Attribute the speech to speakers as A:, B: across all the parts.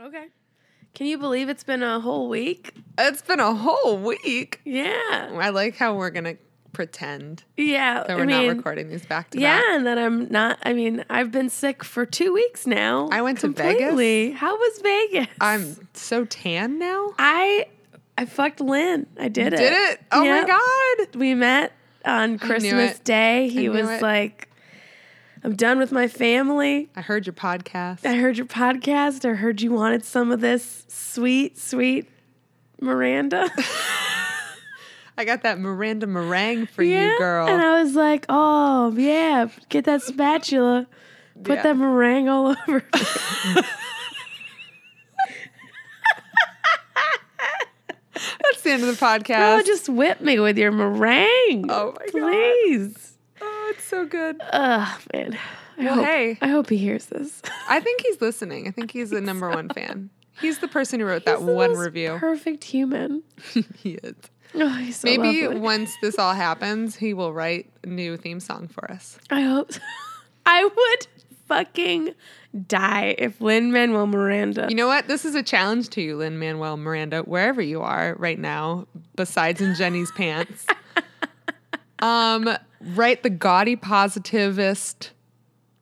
A: Okay. Can you believe it's been a whole week?
B: It's been a whole week.
A: Yeah.
B: I like how we're gonna pretend
A: Yeah.
B: that
A: I
B: we're
A: mean,
B: not recording these back to
A: Yeah,
B: back.
A: and that I'm not. I mean, I've been sick for two weeks now.
B: I went to Vegas.
A: completely. How was Vegas?
B: I'm so tan now.
A: I I fucked Lynn. I did it.
B: Did it? Oh
A: Yep.
B: my god.
A: We met on Christmas
B: it.
A: Day. He
B: knew
A: was
B: it.
A: like, "I'm done with my family.
B: I heard your podcast.
A: I heard your podcast. I heard you wanted some of this sweet, sweet Miranda."
B: I got that Miranda meringue for you, girl.
A: And I was like, oh, yeah, get that spatula, put
B: Yeah.
A: that meringue all over. me."
B: That's the end of the podcast.
A: oh, just whip me with your meringue.
B: Oh my God.
A: Please.
B: oh, it's so good.
A: Oh, man. I
B: Well,
A: hope,
B: hey.
A: I hope he hears this.
B: I think he's listening. I think he's a number one fan. He's the person who wrote that
A: He's the
B: one
A: most
B: review.
A: Perfect human.
B: he is.
A: Oh, he's so
B: Maybe
A: lovely.
B: once this all happens, he will write a new theme song for us.
A: I hope. so. I would fucking die if Lin Manuel Miranda.
B: You know what? This is a challenge to you, Lynn Manuel Miranda, wherever you are right now, besides in Jenny's pants. Um, write the gaudy positivist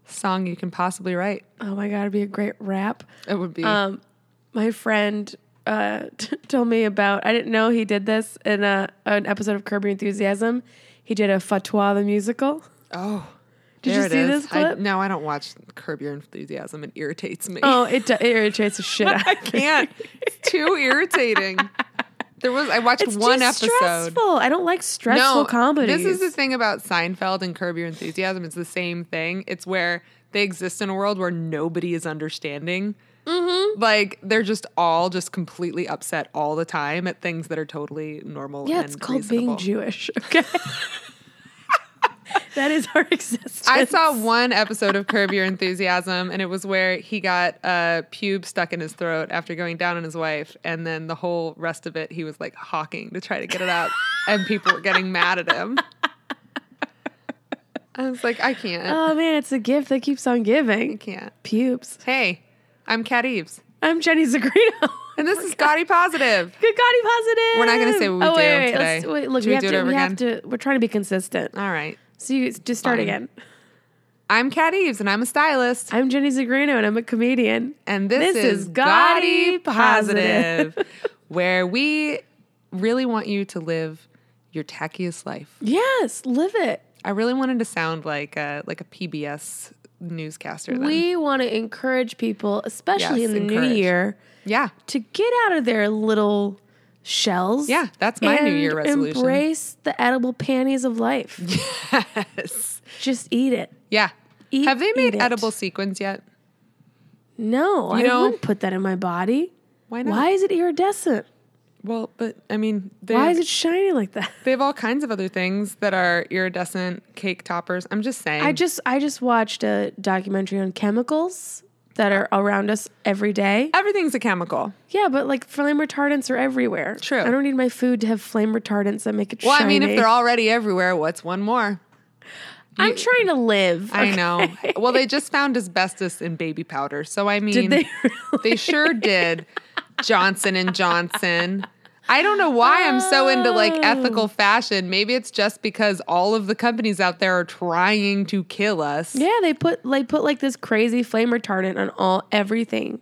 B: song you can possibly write.
A: oh my god, it'd be a great rap.
B: It would be
A: um, my friend uh, told me about. I didn't know he did this in a, an episode of Curb Your Enthusiasm. He did a Fatwa the musical.
B: oh.
A: Did you
B: there it
A: see
B: is.
A: this clip?
B: I, no, I don't watch Curb Your Enthusiasm. It irritates me.
A: Oh, it, it irritates the shit out.
B: I can't. It's too irritating. There was I watched
A: It's
B: one
A: just
B: episode.
A: Stressful. I don't like stressful
B: No,
A: comedy.
B: this is the thing about Seinfeld and Curb Your Enthusiasm. It's the same thing. It's where they exist in a world where nobody is understanding. Mm-hmm. Like they're just all just completely upset all the time at things that are totally normal.
A: yeah.
B: and
A: It's called
B: reasonable.
A: being Jewish. Okay. that is our existence.
B: I saw one episode of Curb Your Enthusiasm, and it was where he got a pube stuck in his throat after going down on his wife, and then the whole rest of it he was like hawking to try to get it out, and people were getting mad at him. I was like, I can't, I
A: Oh man, it's a gift that keeps on giving.
B: can't.
A: Pubes.
B: Hey, I'm Kat Eves,
A: I'm Jenny Zagrino.
B: and this is Scotty Positive.
A: Good God, he positive.
B: We're not gonna say what we
A: oh, wait,
B: do
A: wait,
B: today.
A: Let's, wait, look,
B: Should
A: we,
B: we
A: have
B: do it
A: to.
B: over
A: we have to. We're trying to be consistent.
B: All right,
A: So you just start
B: Fine.
A: again.
B: I'm Kat Eves, and I'm a stylist.
A: I'm Jenny Zagrino, and I'm a comedian.
B: And this,
A: This
B: is,
A: is Gaudy
B: Gaudy Positive,
A: Positive.
B: where we really want you to live your tackiest life.
A: Yes, live it.
B: I really wanted to sound like a, like a PBS newscaster. Then.
A: We want to encourage people, especially
B: Yes,
A: in the new
B: encourage.
A: year,
B: yeah,
A: to get out of their little shells.
B: yeah, that's my New
A: and
B: Year resolution.
A: Embrace the edible panties of life.
B: Yes.
A: just eat it.
B: Yeah.
A: Eat-
B: Have they
A: eat
B: made
A: it.
B: edible sequins yet?
A: No, I
B: know-
A: wouldn't put that in my body.
B: Why not?
A: Why is it iridescent?
B: Well, but I mean, they
A: Why is it shiny like that?
B: they have all kinds of other things that are iridescent cake toppers. I'm just saying.
A: I just I just watched a documentary on chemicals that are around us every day.
B: Everything's a chemical.
A: Yeah, but like flame retardants are everywhere.
B: True.
A: I don't need my food to have flame retardants that make it
B: Well,
A: shiny.
B: I mean, if they're already everywhere, what's one more?
A: I'm trying to live.
B: I know. Well, they just found asbestos in baby powder. So I mean,
A: they
B: they sure did. Johnson and Johnson. I don't know why I'm so into like
A: Oh.
B: ethical fashion. Maybe it's just because all of the companies out there are trying to kill us.
A: Yeah, they put like put like this crazy flame retardant on all everything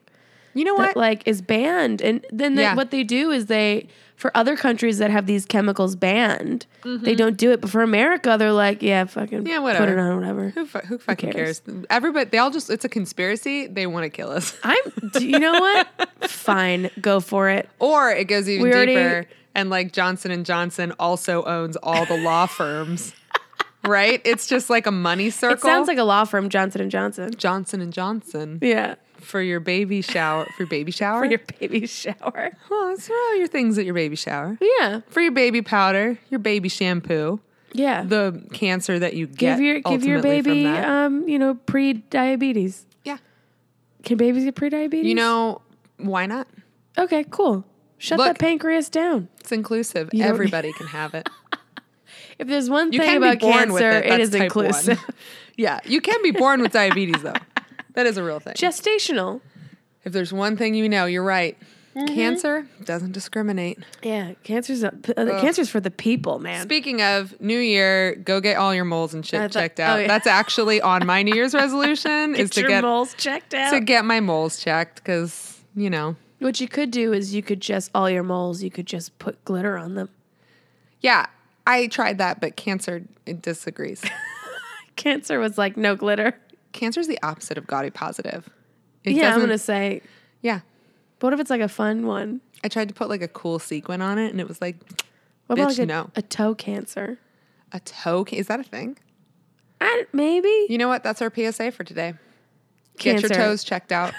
B: You know
A: that
B: what?
A: like is banned, and then they,
B: Yeah.
A: what they do is they for other countries that have these chemicals banned, they don't do it. But for America, they're like, yeah, fucking
B: Mm-hmm. Yeah,
A: put
B: whatever.
A: it on whatever.
B: who, fu- who fucking
A: cares?
B: cares? Everybody, they all just, it's a conspiracy. They want to kill us.
A: I'm. Do you know what? Fine, go for it.
B: Or it goes even
A: We already-
B: deeper and like Johnson and Johnson also owns all the law firms. right? It's just like a money circle.
A: It sounds like a law firm, Johnson and Johnson.
B: Johnson and Johnson
A: Yeah,
B: for your baby shower. For your baby shower.
A: for your baby shower.
B: well, it's for all your things at your baby shower.
A: Yeah,
B: For your baby powder, your baby shampoo,
A: yeah.
B: the cancer that you get.
A: give your give your
B: ultimately from
A: baby,
B: that.
A: um, you know, pre-diabetes.
B: yeah.
A: Can babies get pre-diabetes?
B: You know why not?
A: Okay, cool. Shut
B: Look.
A: that pancreas down.
B: It's inclusive.
A: don't-
B: Everybody can have it.
A: If there's one
B: You
A: thing
B: can
A: about
B: be born
A: cancer,
B: with it.
A: it
B: That's
A: is
B: type
A: inclusive.
B: one. yeah, you can be born with diabetes though. That is a real thing.
A: Gestational.
B: If there's one thing you know, you're right.
A: Mm-hmm.
B: Cancer doesn't discriminate.
A: Yeah, cancer's a, p- uh, cancer's for the people, man.
B: Speaking of New Year, go get all your moles and shit
A: I thought-
B: checked out.
A: oh, yeah.
B: That's actually on my New Year's resolution is
A: Get
B: to
A: your
B: get
A: moles checked out.
B: to get my moles checked because you know,
A: what you could do is you could just all your moles. You could just put glitter on them.
B: yeah, I tried that, but cancer it disagrees.
A: Cancer was like no glitter.
B: Cancer's the opposite of gaudy positive. It
A: yeah, I'm
B: doesn't-
A: gonna say.
B: yeah.
A: But what if it's like a fun one?
B: I tried to put like a cool sequin on it, and it was like
A: What about
B: Bitch,
A: like a,
B: no.
A: a toe cancer?
B: a toe. Ca- is that a thing?
A: I, maybe
B: You know what? That's our PSA for today. Get your
A: Cancer.
B: toes checked out.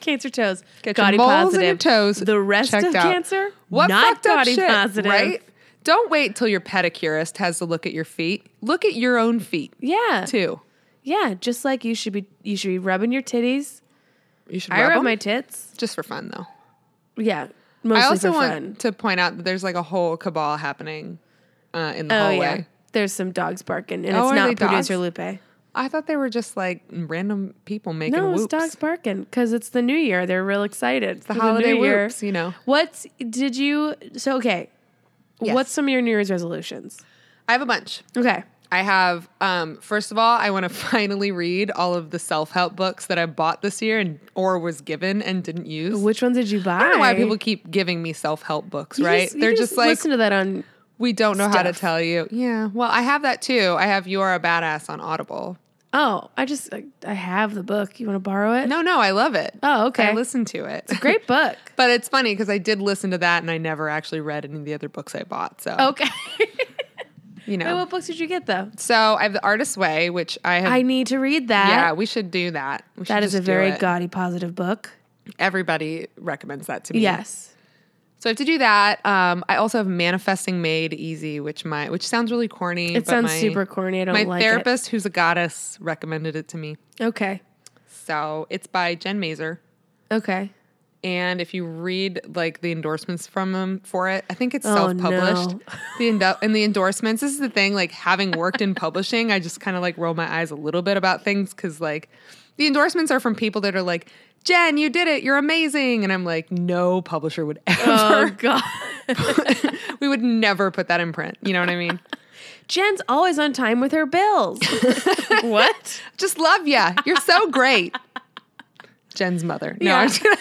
A: cancer toes.
B: Get
A: Gaudy
B: your moles
A: positive.
B: and your toes.
A: The rest
B: checked
A: of
B: out.
A: cancer.
B: What
A: not
B: fucked up
A: gaudy
B: shit,
A: positive.
B: right? Don't wait till your pedicurist has to look at your feet. Look at your own feet
A: Yeah.
B: too.
A: Yeah. Just like you should be. You should be rubbing your titties.
B: You should
A: I
B: rub,
A: rub
B: 'em.
A: my tits.
B: just for fun though.
A: Yeah. Mostly
B: I also
A: for
B: want
A: fun.
B: to point out that there's like a whole cabal happening uh, in the
A: Oh
B: hallway.
A: yeah. There's some dogs barking, and
B: Oh,
A: it's
B: are they
A: not
B: dogs?
A: producer Lupe.
B: I thought they were just like random people making
A: No, it's
B: whoops.
A: dogs barking because it's the new year. They're real excited. It's
B: the holiday whoops, you know.
A: What's did you? So okay.
B: Yes.
A: What's some of your New Year's resolutions?
B: I have a bunch.
A: Okay.
B: I have, um, first of all, I want to finally read all of the self help books that I bought this year and or was given and didn't use.
A: Which ones did you buy?
B: I don't know why people keep giving me self help books,
A: You
B: right?
A: just- you
B: They're
A: can
B: just, like,
A: listen to that on.
B: we don't know how to
A: stuff.
B: tell you. Yeah. Well, I have that too. I have You Are a Badass on Audible.
A: Oh, I just I, I have the book. You want to borrow it?
B: No, no, I love it.
A: Oh,
B: I
A: okay.
B: listen to it.
A: Great book.
B: But it's funny because I did listen to that and I never actually read any of the other books I bought. So,
A: Okay.
B: you know.
A: Wait, what books did you get though?
B: so I have The Artist's Way, which I have.
A: I need to read that.
B: yeah, we should do that. We should
A: that is a
B: just do
A: very
B: it.
A: gaudy positive book.
B: Everybody recommends that to me.
A: Yes.
B: So I have to do that. Um, I also have Manifesting Made Easy, which my which sounds really corny.
A: It
B: but
A: sounds
B: my-
A: super corny. I don't
B: My
A: like
B: therapist, who's a goddess, recommended it to me.
A: it. Okay.
B: So it's by Jen Mazer.
A: Okay.
B: And if you read like the endorsements from him for it, I think it's
A: Oh,
B: self-published.
A: no.
B: The endo- and the endorsements. This is the thing. Like having worked in publishing, I just kind of like roll my eyes a little bit about things because like the endorsements are from people that are like, "Jen, you did it. You're amazing." And I'm like, no publisher would
A: Oh
B: ever.
A: god.
B: we would never put that in print. You know what I mean?
A: Jen's always on time with her bills. what?
B: just love ya. You're so great. Jen's mother. No,
A: Yeah.
B: I'm just gonna-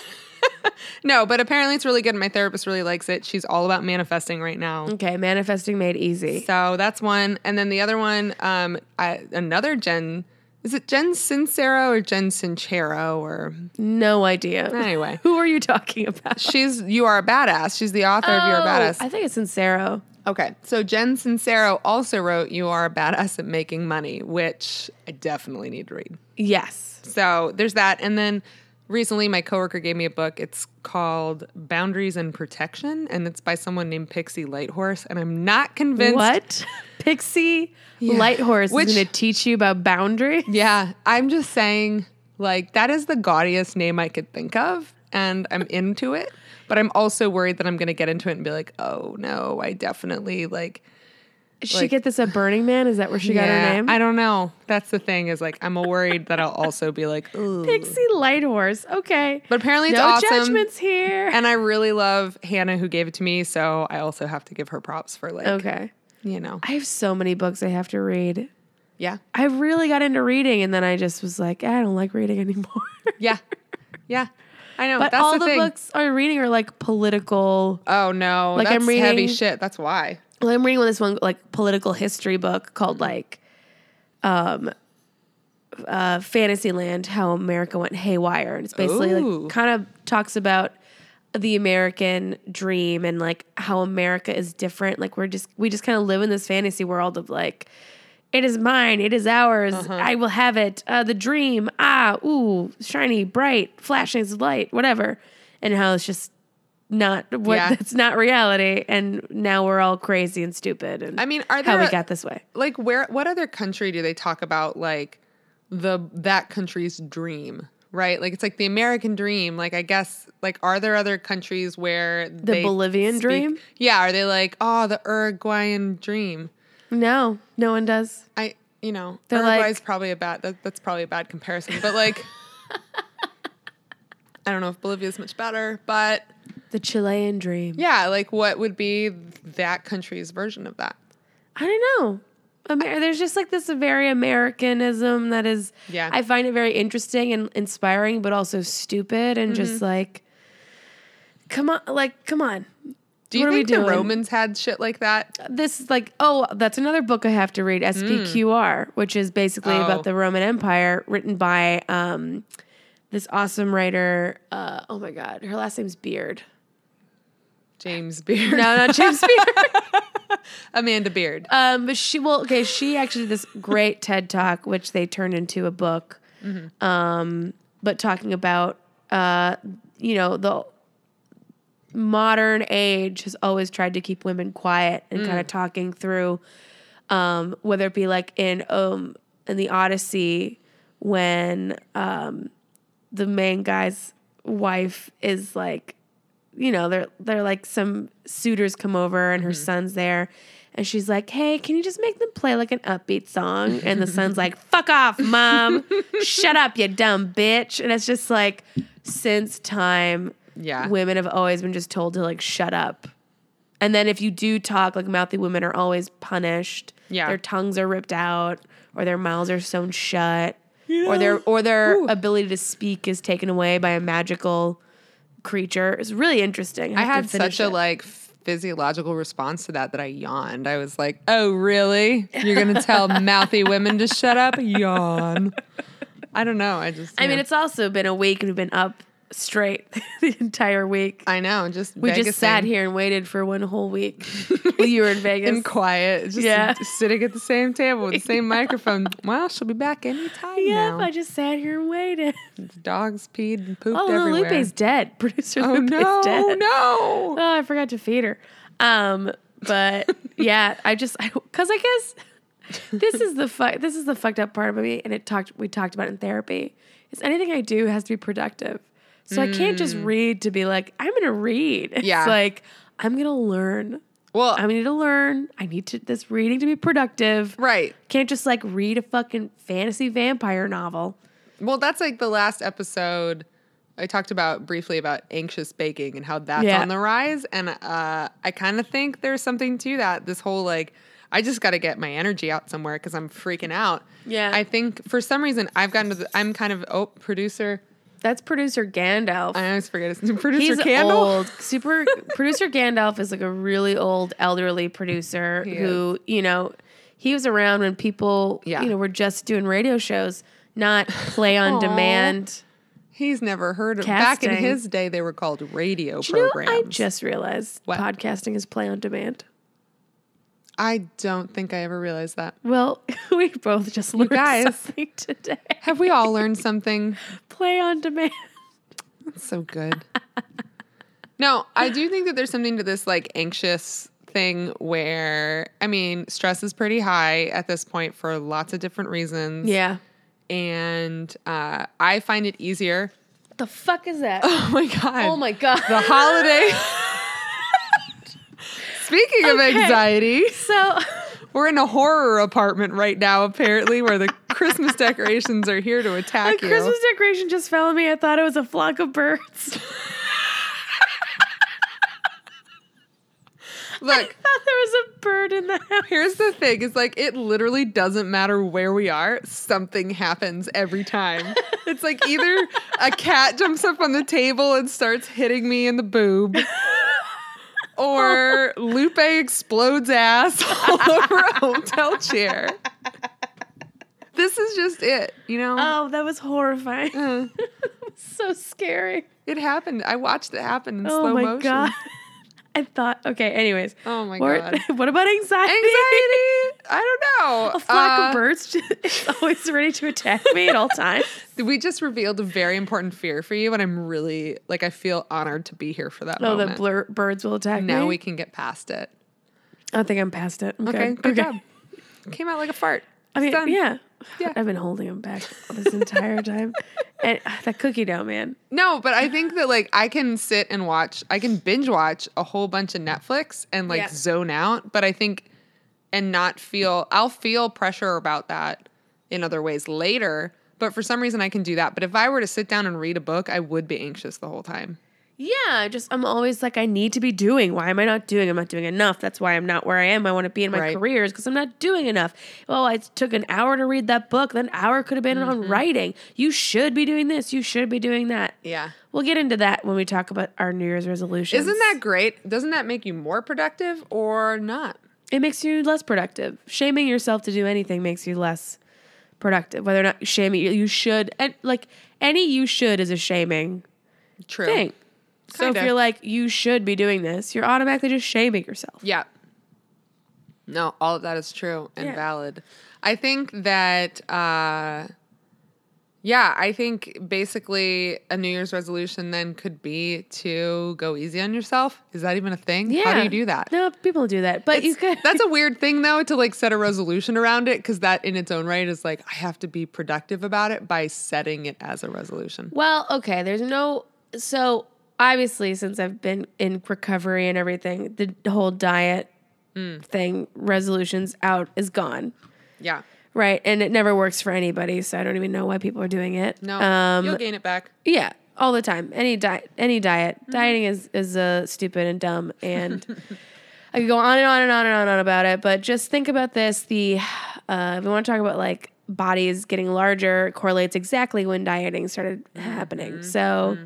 B: no, but apparently it's really good. and My therapist really likes it. She's all about manifesting right now.
A: Okay, manifesting made easy.
B: So that's one. And then the other one, um, I, another Jen. Is it Jen Sincero or Jen Sincero? Or
A: No idea.
B: anyway,
A: Who are you talking about?
B: she's you are a badass. She's the author of You Are a Badass.
A: Oh, I think it's Sincero.
B: Okay, so Jen Sincero also wrote You Are a Badass at Making Money, which I definitely need to read.
A: Yes.
B: So there's that. And then recently my coworker gave me a book. It's called Boundaries and Protection, and it's by someone named Pixie Lighthorse. And I'm not convinced.
A: What? Pixie Lighthorse
B: Which-
A: is going to teach you about boundary.
B: Yeah, I'm just saying, like, that is the gaudiest name I could think of. And I'm into it, but I'm also worried that I'm going to get into it and be like, oh no, I definitely like.
A: Did she
B: Like-
A: get this at Burning Man? Is that where she got her
B: yeah,
A: name?
B: I don't know. That's the thing is like, I'm worried that I'll also be like, ooh.
A: Pixie Lighthorse. Okay.
B: But apparently it's
A: no
B: awesome.
A: judgments here.
B: and I really love Hannah who gave it to me, so I also have to give her props for like
A: okay.
B: you know.
A: I have so many books I have to read.
B: Yeah.
A: I really got into reading, and then I just was like, I don't like reading anymore.
B: Yeah. Yeah. I know.
A: but
B: that's
A: all the,
B: thing.
A: books I'm reading are like political.
B: Oh no.
A: Like,
B: that's
A: I'm reading-
B: heavy shit. That's why.
A: Well, I'm reading this one like political history book called
B: Mm-hmm.
A: like, um, uh, Fantasyland: How America Went Haywire, and it's basically
B: Ooh.
A: like kind of talks about the American dream and like how America is different. Like we're just we just kind of live in this fantasy world of like. It is mine. It is ours.
B: Uh-huh.
A: I will have it. Uh, the dream. Ah, ooh, shiny, bright, flashing of light, whatever. And how it's just not what
B: Yeah.
A: that's not reality and now we're all crazy and stupid and
B: I mean, are
A: how
B: there
A: we
B: a-
A: got this way
B: Like where what other country do they talk about like the that country's dream? Right? Like it's like the American dream. Like I guess like are there other countries where
A: the Bolivian dream
B: Yeah, are they like, oh, the Uruguayan dream?
A: no no one does
B: I you know
A: They're
B: Uruguay's
A: like-
B: probably a bad that, that's probably a bad comparison, but like I don't know if Bolivia is much better, but
A: The Chilean dream.
B: yeah, like what would be that country's version of that?
A: I don't know. Amer- there's just like this very Americanism that is.
B: Yeah.
A: I find it very interesting and inspiring, but also stupid and just like, come on, like come on.
B: Do you
A: What are we
B: think the
A: doing?
B: Romans had shit like that?
A: This is like oh, that's another book I have to read, SPQR, which is basically
B: Oh.
A: about the Roman Empire, written by um, this awesome writer. Uh, oh my God, her last name's Beard.
B: James Beard.
A: No, not James Beard.
B: Amanda Beard.
A: Um, but she well, okay, she actually did this great TED talk, which they turned into a book. Um, but talking about uh, you know, the modern age has always tried to keep women quiet and kind of talking through um, whether it be like in um in the Odyssey when um the main guy's wife is like you know, they're they're like some suitors come over and her son's there and she's like, Hey, can you just make them play like an upbeat song? And the son's like, Fuck off, mom. Shut up, you dumb bitch. And it's just like since time
B: yeah.
A: women have always been just told to like shut up. And then if you do talk, like mouthy women are always punished.
B: Yeah.
A: Their tongues are ripped out or their mouths are sewn shut. Or their or their ability to speak is taken away by a magical creature. It's really interesting.
B: I
A: have to
B: had
A: finish
B: such a
A: it.
B: like physiological response to that that I yawned. I was like, "Oh, really? You're going to tell mouthy women to shut up?" Yawn. I don't know. I just
A: I mean,
B: yeah.
A: it's also been a week and we've been up straight the entire week.
B: I know, just
A: we just sat here and waited for one whole week while you were in Vegas.
B: in quiet, just
A: Yeah.
B: sitting at the same table with the same microphone. Well, she'll be back anytime
A: yeah,
B: now.
A: I just sat here and waited.
B: The dogs peed and pooped
A: Oh, no,
B: everywhere.
A: Lupe's dead. Producer
B: oh
A: Lupe's
B: no,
A: dead.
B: no.
A: Oh, I forgot to feed her. Um, but yeah, I just because I, guess this is the fu- this is the fucked up part about me, and it talked we talked about it in therapy. Is anything I do has to be productive, so I can't just read to be like I'm gonna read. It's
B: Mm. Yeah.
A: like I'm gonna learn.
B: Well,
A: I need to learn. I need to this reading to be productive.
B: right.
A: Can't just like read a fucking fantasy vampire novel.
B: Well, that's like the last episode. I talked about briefly about anxious baking and how that's
A: Yeah.
B: on the rise, and uh, I kind of think there's something to that. This whole like, I just got to get my energy out somewhere because I'm freaking out.
A: Yeah.
B: I think for some reason I've gotten to the. I'm kind of oh producer.
A: That's producer Gandalf.
B: I always forget his name. Producer
A: He's
B: Candle.
A: old. Super producer Gandalf is like a really old elderly producer who, you know, he was around when people,
B: Yeah.
A: you know, were just doing radio shows, not play on
B: Aw.
A: demand.
B: He's never heard of. Back in
A: Casting.
B: his day, they were called radio
A: You know,
B: programs.
A: I just realized
B: What?
A: podcasting is play on demand.
B: I don't think I ever realized that.
A: Well, we both just learned
B: guys.
A: something today.
B: Have we all learned something?
A: Play on demand.
B: So good. no, I do think that there's something to this like anxious thing where, I mean, stress is pretty high at this point for lots of different reasons.
A: Yeah.
B: And uh, I find it easier.
A: The fuck is that?
B: Oh my God.
A: oh my god.
B: The holiday. Speaking of
A: Okay.
B: anxiety,
A: so
B: we're in a horror apartment right now, apparently, where the Christmas decorations are here to
A: the
B: attack you.
A: Christmas decoration just fell on me. I thought it was a flock of birds.
B: Look,
A: I thought there was a bird in the house.
B: Here's the thing is like it literally doesn't matter where we are, something happens every time. It's like either a cat jumps up on the table and starts hitting me in the boob. Or Lupe explodes ass all over a hotel chair. This is just it, you know?
A: Oh, that was horrifying.
B: Uh,
A: so scary.
B: it happened. I watched it happen in
A: Oh
B: slow
A: my
B: motion.
A: god. I thought okay, anyways.
B: Oh my
A: Or-
B: god.
A: what about anxiety?
B: Anxiety? I don't know.
A: A flock
B: Uh,
A: of birds is always ready to attack me at all times.
B: We just revealed a very important fear for you, and I'm really like I feel honored to be here for that.
A: Oh, the
B: moment.
A: blur- birds will attack me.
B: Now we can get past it.
A: I think I'm past it. I'm
B: Okay,
A: good.
B: good job. Came out like a fart.
A: I mean,
B: It's done.
A: yeah.
B: Yeah.
A: I've been holding them back this entire time. And ah, that cookie dough, man.
B: No, but I think that like I can sit and watch, I can binge watch a whole bunch of Netflix and like
A: Yeah.
B: zone out, but I think and not feel I'll feel pressure about that in other ways later. But for some reason, I can do that. But if I were to sit down and read a book, I would be anxious the whole time.
A: Yeah, just I'm always like, I need to be doing. Why am I not doing? I'm not doing enough. That's why I'm not where I am. I want to be in my
B: Right.
A: careers because I'm not doing enough. Well, I took an hour to read that book. That hour could have been on writing. You should be doing this. You should be doing that.
B: Mm-hmm. Yeah.
A: We'll get into that when we talk about our New Year's resolutions.
B: Isn't that great? Doesn't that make you more productive or not?
A: it makes you less productive. Shaming yourself to do anything makes you less productive. Whether or not shaming you, you should and like any you should is a shaming
B: True.
A: thing. So if
B: Kinda.
A: you're like you should be doing this, you're automatically just shaming yourself.
B: Yeah. No, all of that is true and
A: Yeah.
B: valid. I think that, uh, yeah, I think basically a New Year's resolution then could be to go easy on yourself. Is that even a thing? How do you do that?
A: No, people do that, but you could.
B: It's- That's a weird thing though to like set a resolution around it because that in its own right is like I have to be productive about it by setting it as a resolution.
A: well, okay. There's no so obviously since I've been in recovery and everything, the whole diet
B: Mm.
A: thing resolutions out is gone,
B: Yeah.
A: right? And it never works for anybody, so I don't even know why people are doing it.
B: No.
A: um,
B: you'll gain it back.
A: yeah, all the time. Any diet, any diet,
B: Mm-hmm.
A: dieting is is uh, stupid and dumb and. I could go on and on and on and on and on about it, but just think about this. The uh, if we want to talk about like bodies getting larger correlates exactly when dieting started
B: Mm-hmm.
A: happening. So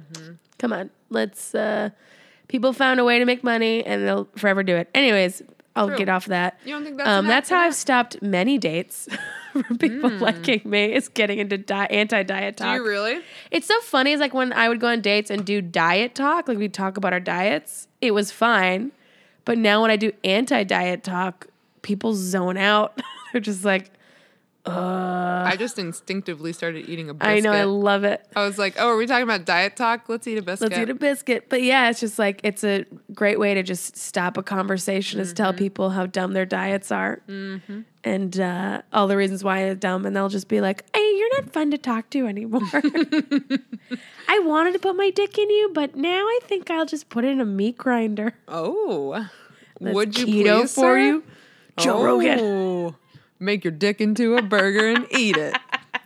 A: come on, let's. Uh, people found a way to make money, and they'll forever do it. Anyways, I'll
B: True.
A: get off that.
B: You don't think that's
A: um,
B: an
A: that's how
B: accident?
A: I've stopped many dates from people liking me is getting into di- anti-diet talk.
B: Mm. Do you really?
A: It's so funny. Is like when I would go on dates and do diet talk, like we talk about our diets. It was fine, but now when I do anti-diet talk, people zone out. They're just like,
B: I just instinctively started eating a biscuit.
A: I know, I love it.
B: I was like, oh, are we talking about diet talk? Let's eat a biscuit.
A: Let's eat a biscuit. But yeah, it's just like it's a great way to just stop a conversation is
B: Mm-hmm.
A: tell people how dumb their diets are and uh, all the reasons why they're dumb, and they'll just be like, "Hey, you're not fun to talk to anymore." I wanted to put my dick in you, but now I think I'll just put it in a meat grinder.
B: oh.
A: That's
B: Would you
A: keto
B: please,
A: for
B: sir?
A: you? Joe Rogan.
B: Oh. Make your dick into a burger and eat it.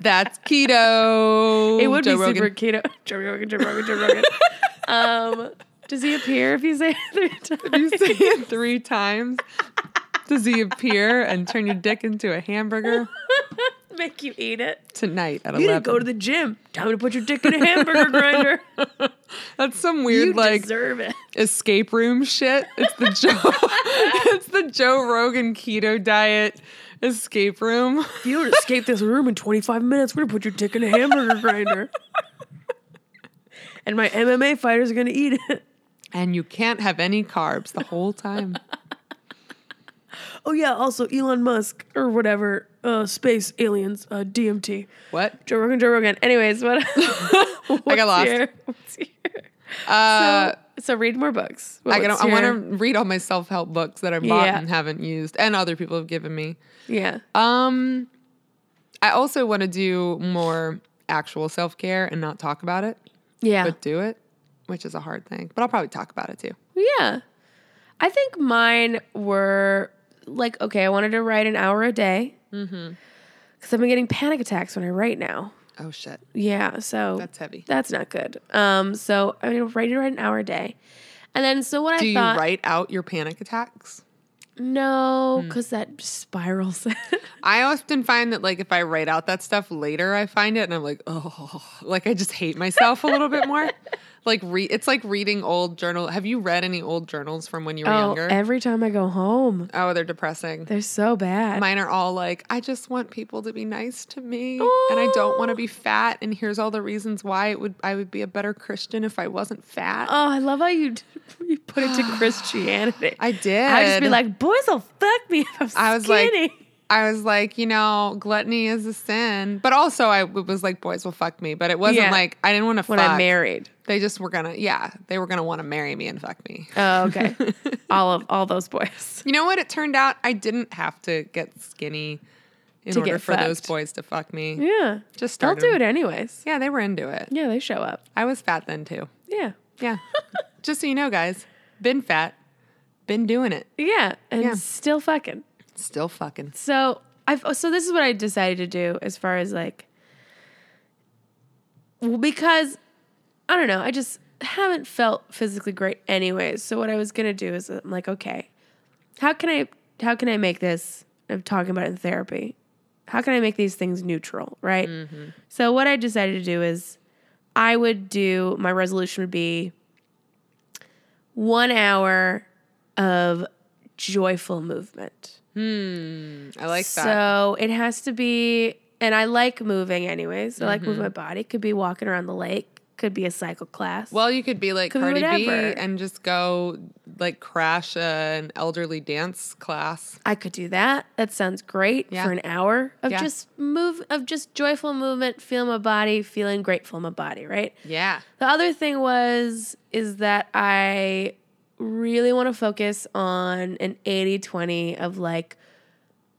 B: That's keto.
A: It would
B: Joe
A: be
B: Rogan.
A: super keto. Joe Rogan, Joe Rogan, Joe Rogan. um, does he appear if you say it three times?
B: You say it three times. Does he appear and turn your dick into a hamburger
A: Make you eat it.
B: tonight at
A: You
B: 11?
A: didn't go to the gym. Time to put your dick in a hamburger grinder.
B: That's some
A: You
B: weird like
A: deserve it.
B: escape room shit. It's the Joe. it's the Joe Rogan keto diet escape room.
A: If you don't escape this room in 25 minutes, we're gonna put your dick in a hamburger grinder. And my MMA fighters are gonna eat it.
B: And you can't have any carbs the whole time.
A: Oh yeah, also Elon Musk or whatever, uh, space aliens, uh, DMT.
B: What?
A: Joe Rogan, Joe Rogan. Anyways, what?
B: I got lost.
A: Here? What's here?
B: Uh,
A: so read more books.
B: I, gotta,
A: What's
B: I want
A: your-
B: to read all my self help books that I bought
A: Yeah.
B: and haven't used, and other people have given me.
A: Yeah.
B: Um, I also want to do more actual self care and not talk about it,
A: Yeah.
B: but do it, which is a hard thing. But I'll probably talk about it too.
A: Yeah. I think mine were like, okay, I wanted to write an hour a day. Mm-hmm. Because I've been getting panic attacks when I write now.
B: Oh shit,
A: Yeah. So
B: that's heavy.
A: that's not good. Um, so I mean, ready to write an hour a day. And then, so what
B: do
A: I
B: you
A: thought,
B: write Hmm. out your panic attacks?
A: no, because that spirals.
B: I often find that like if I write out that stuff later, I find it and I'm like, oh, like I just hate myself a little bit more. Like re- it's like reading old journal. Have you read any old journals from when you were
A: oh,
B: younger?
A: every time I go home,
B: oh, they're depressing.
A: they're so bad.
B: Mine are all like, I just want people to be nice to me, and I don't want to be fat. And here's all the reasons why it would I would be a better Christian if I wasn't fat.
A: oh, I love how you you put it to Christianity.
B: I did.
A: I would just be like, boys will fuck me if I'm skinny.
B: I was like- I was like, you know, gluttony is a sin, but also I w- was like, boys will fuck me. But it wasn't
A: Yeah.
B: like I didn't want to fuck.
A: when I'm married.
B: they just were gonna, yeah, they were gonna want to marry me and fuck me.
A: Oh, okay. all of all those boys.
B: You know what? It turned out I didn't have to get skinny in
A: To
B: order
A: get
B: for those
A: fucked.
B: boys to fuck me.
A: Yeah.
B: Just
A: They'll
B: start
A: do
B: 'em.
A: it anyways.
B: Yeah, they were into it.
A: Yeah, they show up.
B: I was fat then too.
A: Yeah.
B: Yeah. Just so you know, guys, been fat, been doing it,
A: Yeah. And
B: Yeah.
A: still fucking.
B: still fucking.
A: So I've so this is what I decided to do as far as like Well, because I don't know, I just haven't felt physically great anyways. So what I was gonna do is I'm like, okay, how can I how can I make this? I'm talking about it in therapy. How can I make these things neutral, right? So what I decided to do is I would do my resolution would be one hour of joyful movement.
B: I like that.
A: So it has to be, and I like moving anyways. I like
B: Mm-hmm.
A: moving my body. Could be walking around the lake. Could be a cycle class.
B: Well, you could be like
A: Could be
B: Cardi B
A: whatever.
B: and just go like crash uh, an elderly dance class.
A: I could do that. That sounds great
B: Yeah.
A: for an hour of
B: Yeah.
A: just move, of just joyful movement. Feel my body. Feeling grateful in my body. Right.
B: Yeah.
A: The other thing was is that I really want to focus on an 80-20 of like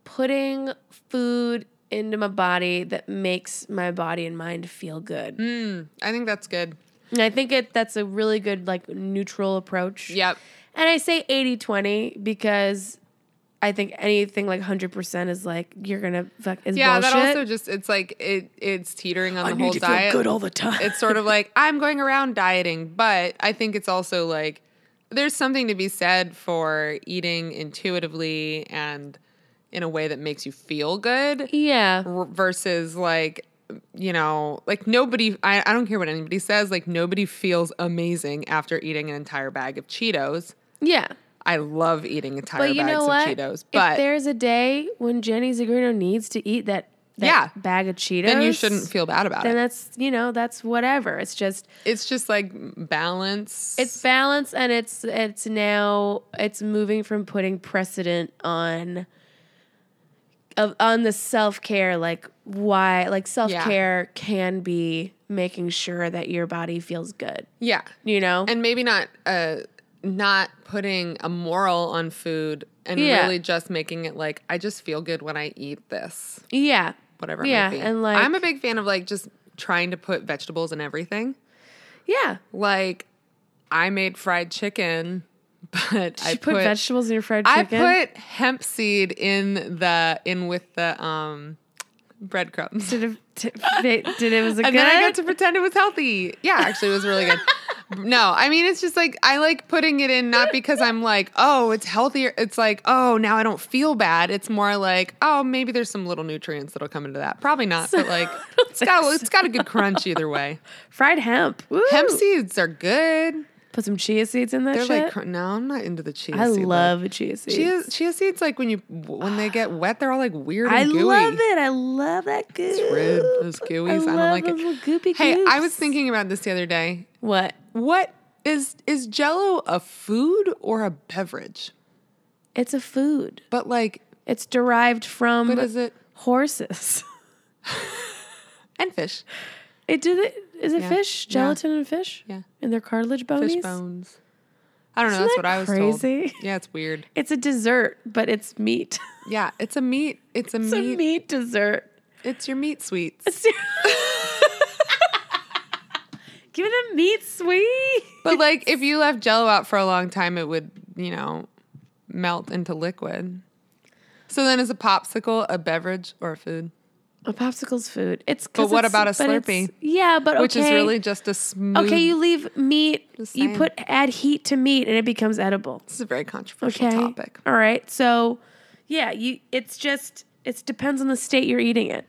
A: putting food into my body that makes my body and mind feel good.
B: Mm, I think that's good.
A: And I think it that's a really good like neutral approach.
B: Yep.
A: And I say 80-20 because I think anything like 100% is like you're going to fuck is
B: Yeah,
A: bullshit.
B: that also just it's like it it's teetering on
A: I
B: the
A: need
B: whole
A: to
B: diet.
A: feel good all the time.
B: it's sort of like I'm going around dieting, but I think it's also like there's something to be said for eating intuitively and in a way that makes you feel good
A: yeah.
B: r- versus like you know like nobody I, I don't care what anybody says like nobody feels amazing after eating an entire bag of cheetos
A: Yeah.
B: i love eating entire
A: But you
B: bags
A: know
B: of
A: what?
B: cheetos
A: if
B: but
A: there's a day when Jenny Zagrino needs to eat that, that
B: Yeah.
A: bag of Cheetos,
B: then you shouldn't feel bad about
A: Then
B: it
A: that's you know that's whatever. It's just
B: it's just like balance
A: it's balance and it's it's now it's moving from putting precedent on of on the self-care like why like self-care can be making sure that your body feels good
B: yeah
A: you know
B: and maybe not uh not putting a moral on food and
A: Yeah.
B: really just making it like i just feel good when i eat this
A: yeah
B: whatever it
A: Yeah,
B: might be
A: and, like-
B: i'm a big fan of like just trying to put vegetables in everything
A: yeah
B: like i made fried chicken but i
A: you put, vegetables in your fried
B: i
A: chicken
B: put hemp seed in the in with the um breadcrumbs
A: did it, did it, did it was a
B: and
A: good
B: then I got to pretend it was healthy. Yeah, actually, it was really good. no, I mean, it's just like I like putting it in not because I'm like, oh, it's healthier. It's like, oh, now I don't feel bad. It's more like, oh, maybe there's some little nutrients that'll come into that. Probably not, but like, it's got it's got a good crunch either way.
A: fried hemp. Woo.
B: Hemp seeds are good.
A: Put some chia seeds in that
B: They're
A: shit.
B: like, cr- no, I'm not into the chia.
A: I
B: seed,
A: love chia seeds.
B: like, chia, chia seeds. Like when you when they get wet, they're all like weird. And
A: I
B: gooey.
A: love it. I love that goop.
B: It's red. Those gooeys. I,
A: I,
B: don't
A: love
B: like
A: those
B: it.
A: Little goopy
B: Hey, I
A: goops.
B: was thinking about this the other day.
A: what?
B: What is is Jello a food or a beverage?
A: It's a food.
B: But like,
A: It's derived from
B: what is it?
A: horses.
B: And fish,
A: It did it. Is it
B: Yeah.
A: fish?
B: Yeah.
A: Gelatin and fish?
B: Yeah.
A: And their cartilage bonies?
B: fish bones. I don't know.
A: Isn't
B: that's
A: that
B: what I was
A: crazy?
B: told. Yeah, it's weird.
A: It's a dessert, but it's meat.
B: Yeah, it's a meat. It's a
A: it's
B: meat.
A: a meat dessert.
B: It's your meat sweets.
A: Give it a meat sweet.
B: but like, if you left Jello out for a long time, it would you know melt into liquid. So then, is a popsicle a beverage or a food?
A: A popsicle's food. It's 'cause
B: But what
A: it's-
B: about a
A: but it's-
B: Slurpee?
A: Yeah, but okay.
B: Which is really just a smooth.
A: okay. You leave meat.
B: Just
A: You
B: saying.
A: put add heat to meat, and it becomes edible.
B: This is a very controversial
A: Okay.
B: topic.
A: All right. So, yeah, you. It's just. It depends on the state you're eating it.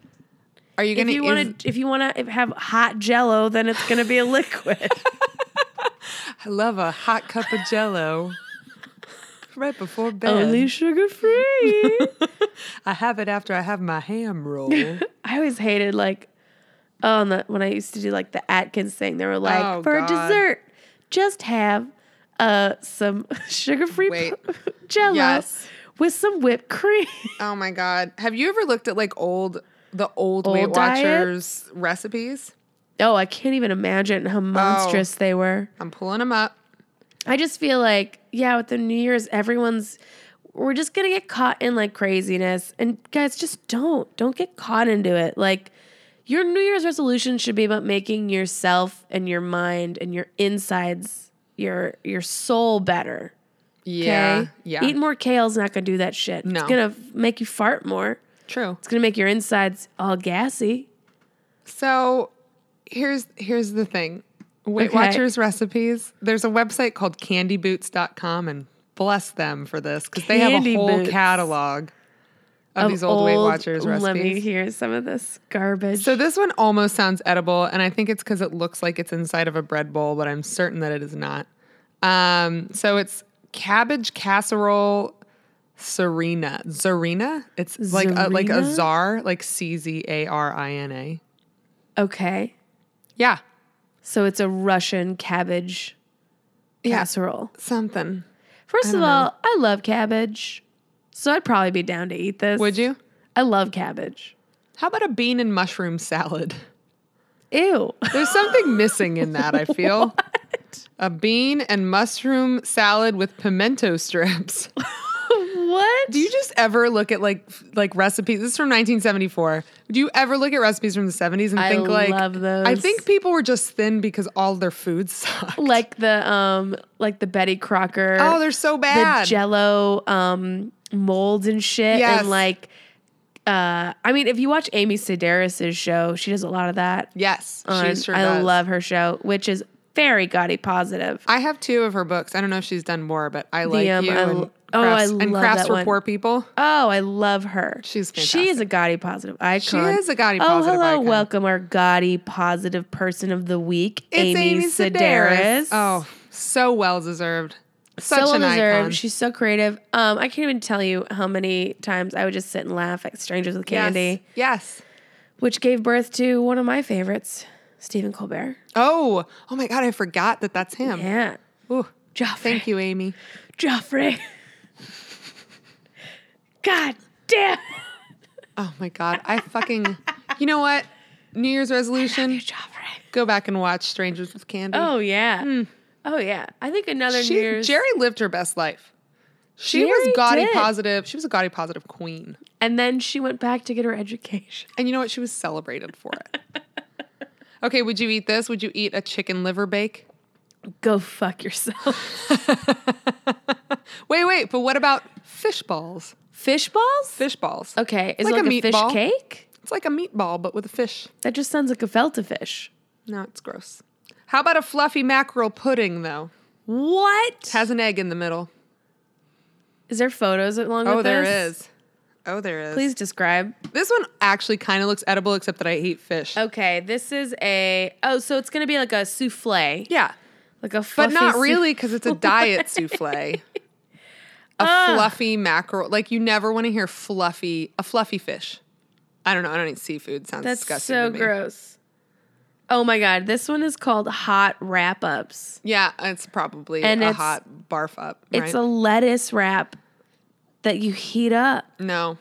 B: Are you
A: If
B: gonna?
A: you
B: is-
A: want to, if you want to have hot Jello, then it's gonna be a liquid.
B: I love a hot cup of jello right before bed.
A: Only sugar free.
B: I have it after I have my ham roll.
A: I always hated like, oh, and the, when I used to do like the Atkins thing, they were like,
B: Oh,
A: for
B: God.
A: dessert, just have uh some sugar free
B: Wait.
A: Jello
B: Yes.
A: with some whipped cream.
B: oh my god. Have you ever looked at like old the old, Weight
A: Old diets?
B: Watchers recipes?
A: oh, I can't even imagine
B: Oh.
A: how monstrous they were.
B: I'm pulling them up.
A: I just feel like, yeah, with the New Year's, everyone's we're just gonna get caught in like craziness. And guys, just don't. Don't get caught into it. Like your New Year's resolution should be about making yourself and your mind and your insides, your your soul better.
B: Yeah.
A: Okay.
B: Yeah.
A: Eat more kale's not gonna do that shit.
B: No.
A: It's gonna make you fart more.
B: True.
A: It's gonna make your insides all gassy.
B: So here's here's the thing. Weight
A: Okay.
B: Watchers recipes. There's a website called candyboots.com and bless them for this cuz they have
A: Candy
B: a whole
A: Boots.
B: catalog of, these old, Weight Watchers recipes.
A: Oh, Let me hear some of this garbage.
B: So this one almost sounds edible, and I think it's because it looks like it's inside of a bread bowl, but I'm certain that it is not. Um, so it's cabbage casserole serena. Zarina? It's like a, like a
A: Zarina?
B: czar, like C Z A R I N A.
A: okay.
B: Yeah.
A: So it's a Russian cabbage
B: Yeah.
A: casserole.
B: Something.
A: First of all, I love cabbage. So I'd probably be down to eat this.
B: Would you?
A: I love cabbage.
B: How about a bean and mushroom salad?
A: Ew.
B: There's something missing in that, I feel. A bean and mushroom salad with pimento strips.
A: what?
B: Do you just ever look at like f- like recipes? This is from 1974. Do you ever look at recipes from the 70s and
A: I
B: think like
A: love those.
B: I think people were just thin because all their food sucked.
A: like the um like the Betty Crocker.
B: oh, they're so bad.
A: the jello um molds and shit
B: Yes.
A: and like uh I mean if you watch Amy Sedaris's show, she does a lot of that.
B: yes,
A: on-
B: she sure
A: Oh, I
B: does.
A: love her show, which is very gaudy positive.
B: I have two of her books. I don't know if she's done more, but I like
A: um,
B: you
A: I
B: and
A: l-
B: crafts,
A: oh, I
B: and
A: love
B: crafts
A: that
B: for
A: one.
B: poor people.
A: Oh, I love her.
B: She's
A: she is a gaudy positive icon.
B: She is a gaudy
A: oh,
B: positive
A: hello,
B: icon.
A: welcome our gaudy positive person of the week,
B: It's
A: Amy, Sedaris.
B: Oh, so well deserved. Such
A: so well
B: an
A: deserved.
B: icon.
A: She's so creative. Um, I can't even tell you how many times I would just sit and laugh at Strangers with
B: Yes,
A: Candy,
B: yes.
A: which gave birth to one of my favorites, Stephen Colbert.
B: Oh, oh my God! I forgot that that's him.
A: Yeah,
B: Ooh,
A: Joffrey.
B: thank you, Amy.
A: Joffrey. God damn,
B: Oh my god, I fucking You know what? New Year's resolution,
A: Joffrey.
B: go back and watch Strangers with Candy.
A: Oh yeah. Oh yeah. I think another
B: Hmm. she,
A: New Year's
B: Jerry lived her best life. She
A: Jerry
B: was gaudy
A: did.
B: positive. She was a gaudy positive queen.
A: and then she went back to get her education.
B: And you know what? She was celebrated for it. okay, would you eat this? Would you eat a chicken liver bake?
A: Go fuck yourself.
B: Wait, wait, but what about fish balls?
A: Fish balls?
B: Fish balls.
A: Okay. Is
B: Like
A: it
B: a
A: like a, fish
B: meatball.
A: cake?
B: It's like a meatball, but with a fish.
A: That just sounds like a Velta fish.
B: No, it's gross. How about a fluffy mackerel pudding though?
A: What?
B: Has an egg in the middle.
A: Is there photos along
B: Oh,
A: with
B: there
A: this?
B: is. Oh, there is.
A: Please describe.
B: This one actually kind of looks edible, except that I hate fish.
A: Okay, this is a oh, so it's gonna be like a souffle,
B: Yeah,
A: like a
B: but
A: fluffy
B: not
A: sou-
B: really because it's a diet souffle. A
A: Ah.
B: fluffy mackerel. Like you never want to hear fluffy a fluffy fish. I don't know. I don't eat seafood. Sounds
A: That's
B: disgusting.
A: so
B: to me.
A: gross. Oh my god, this one is called hot wrap ups.
B: Yeah, it's probably
A: And
B: a
A: it's-
B: hot barf up.
A: It's
B: Right?
A: a lettuce wrap that you heat up.
B: no,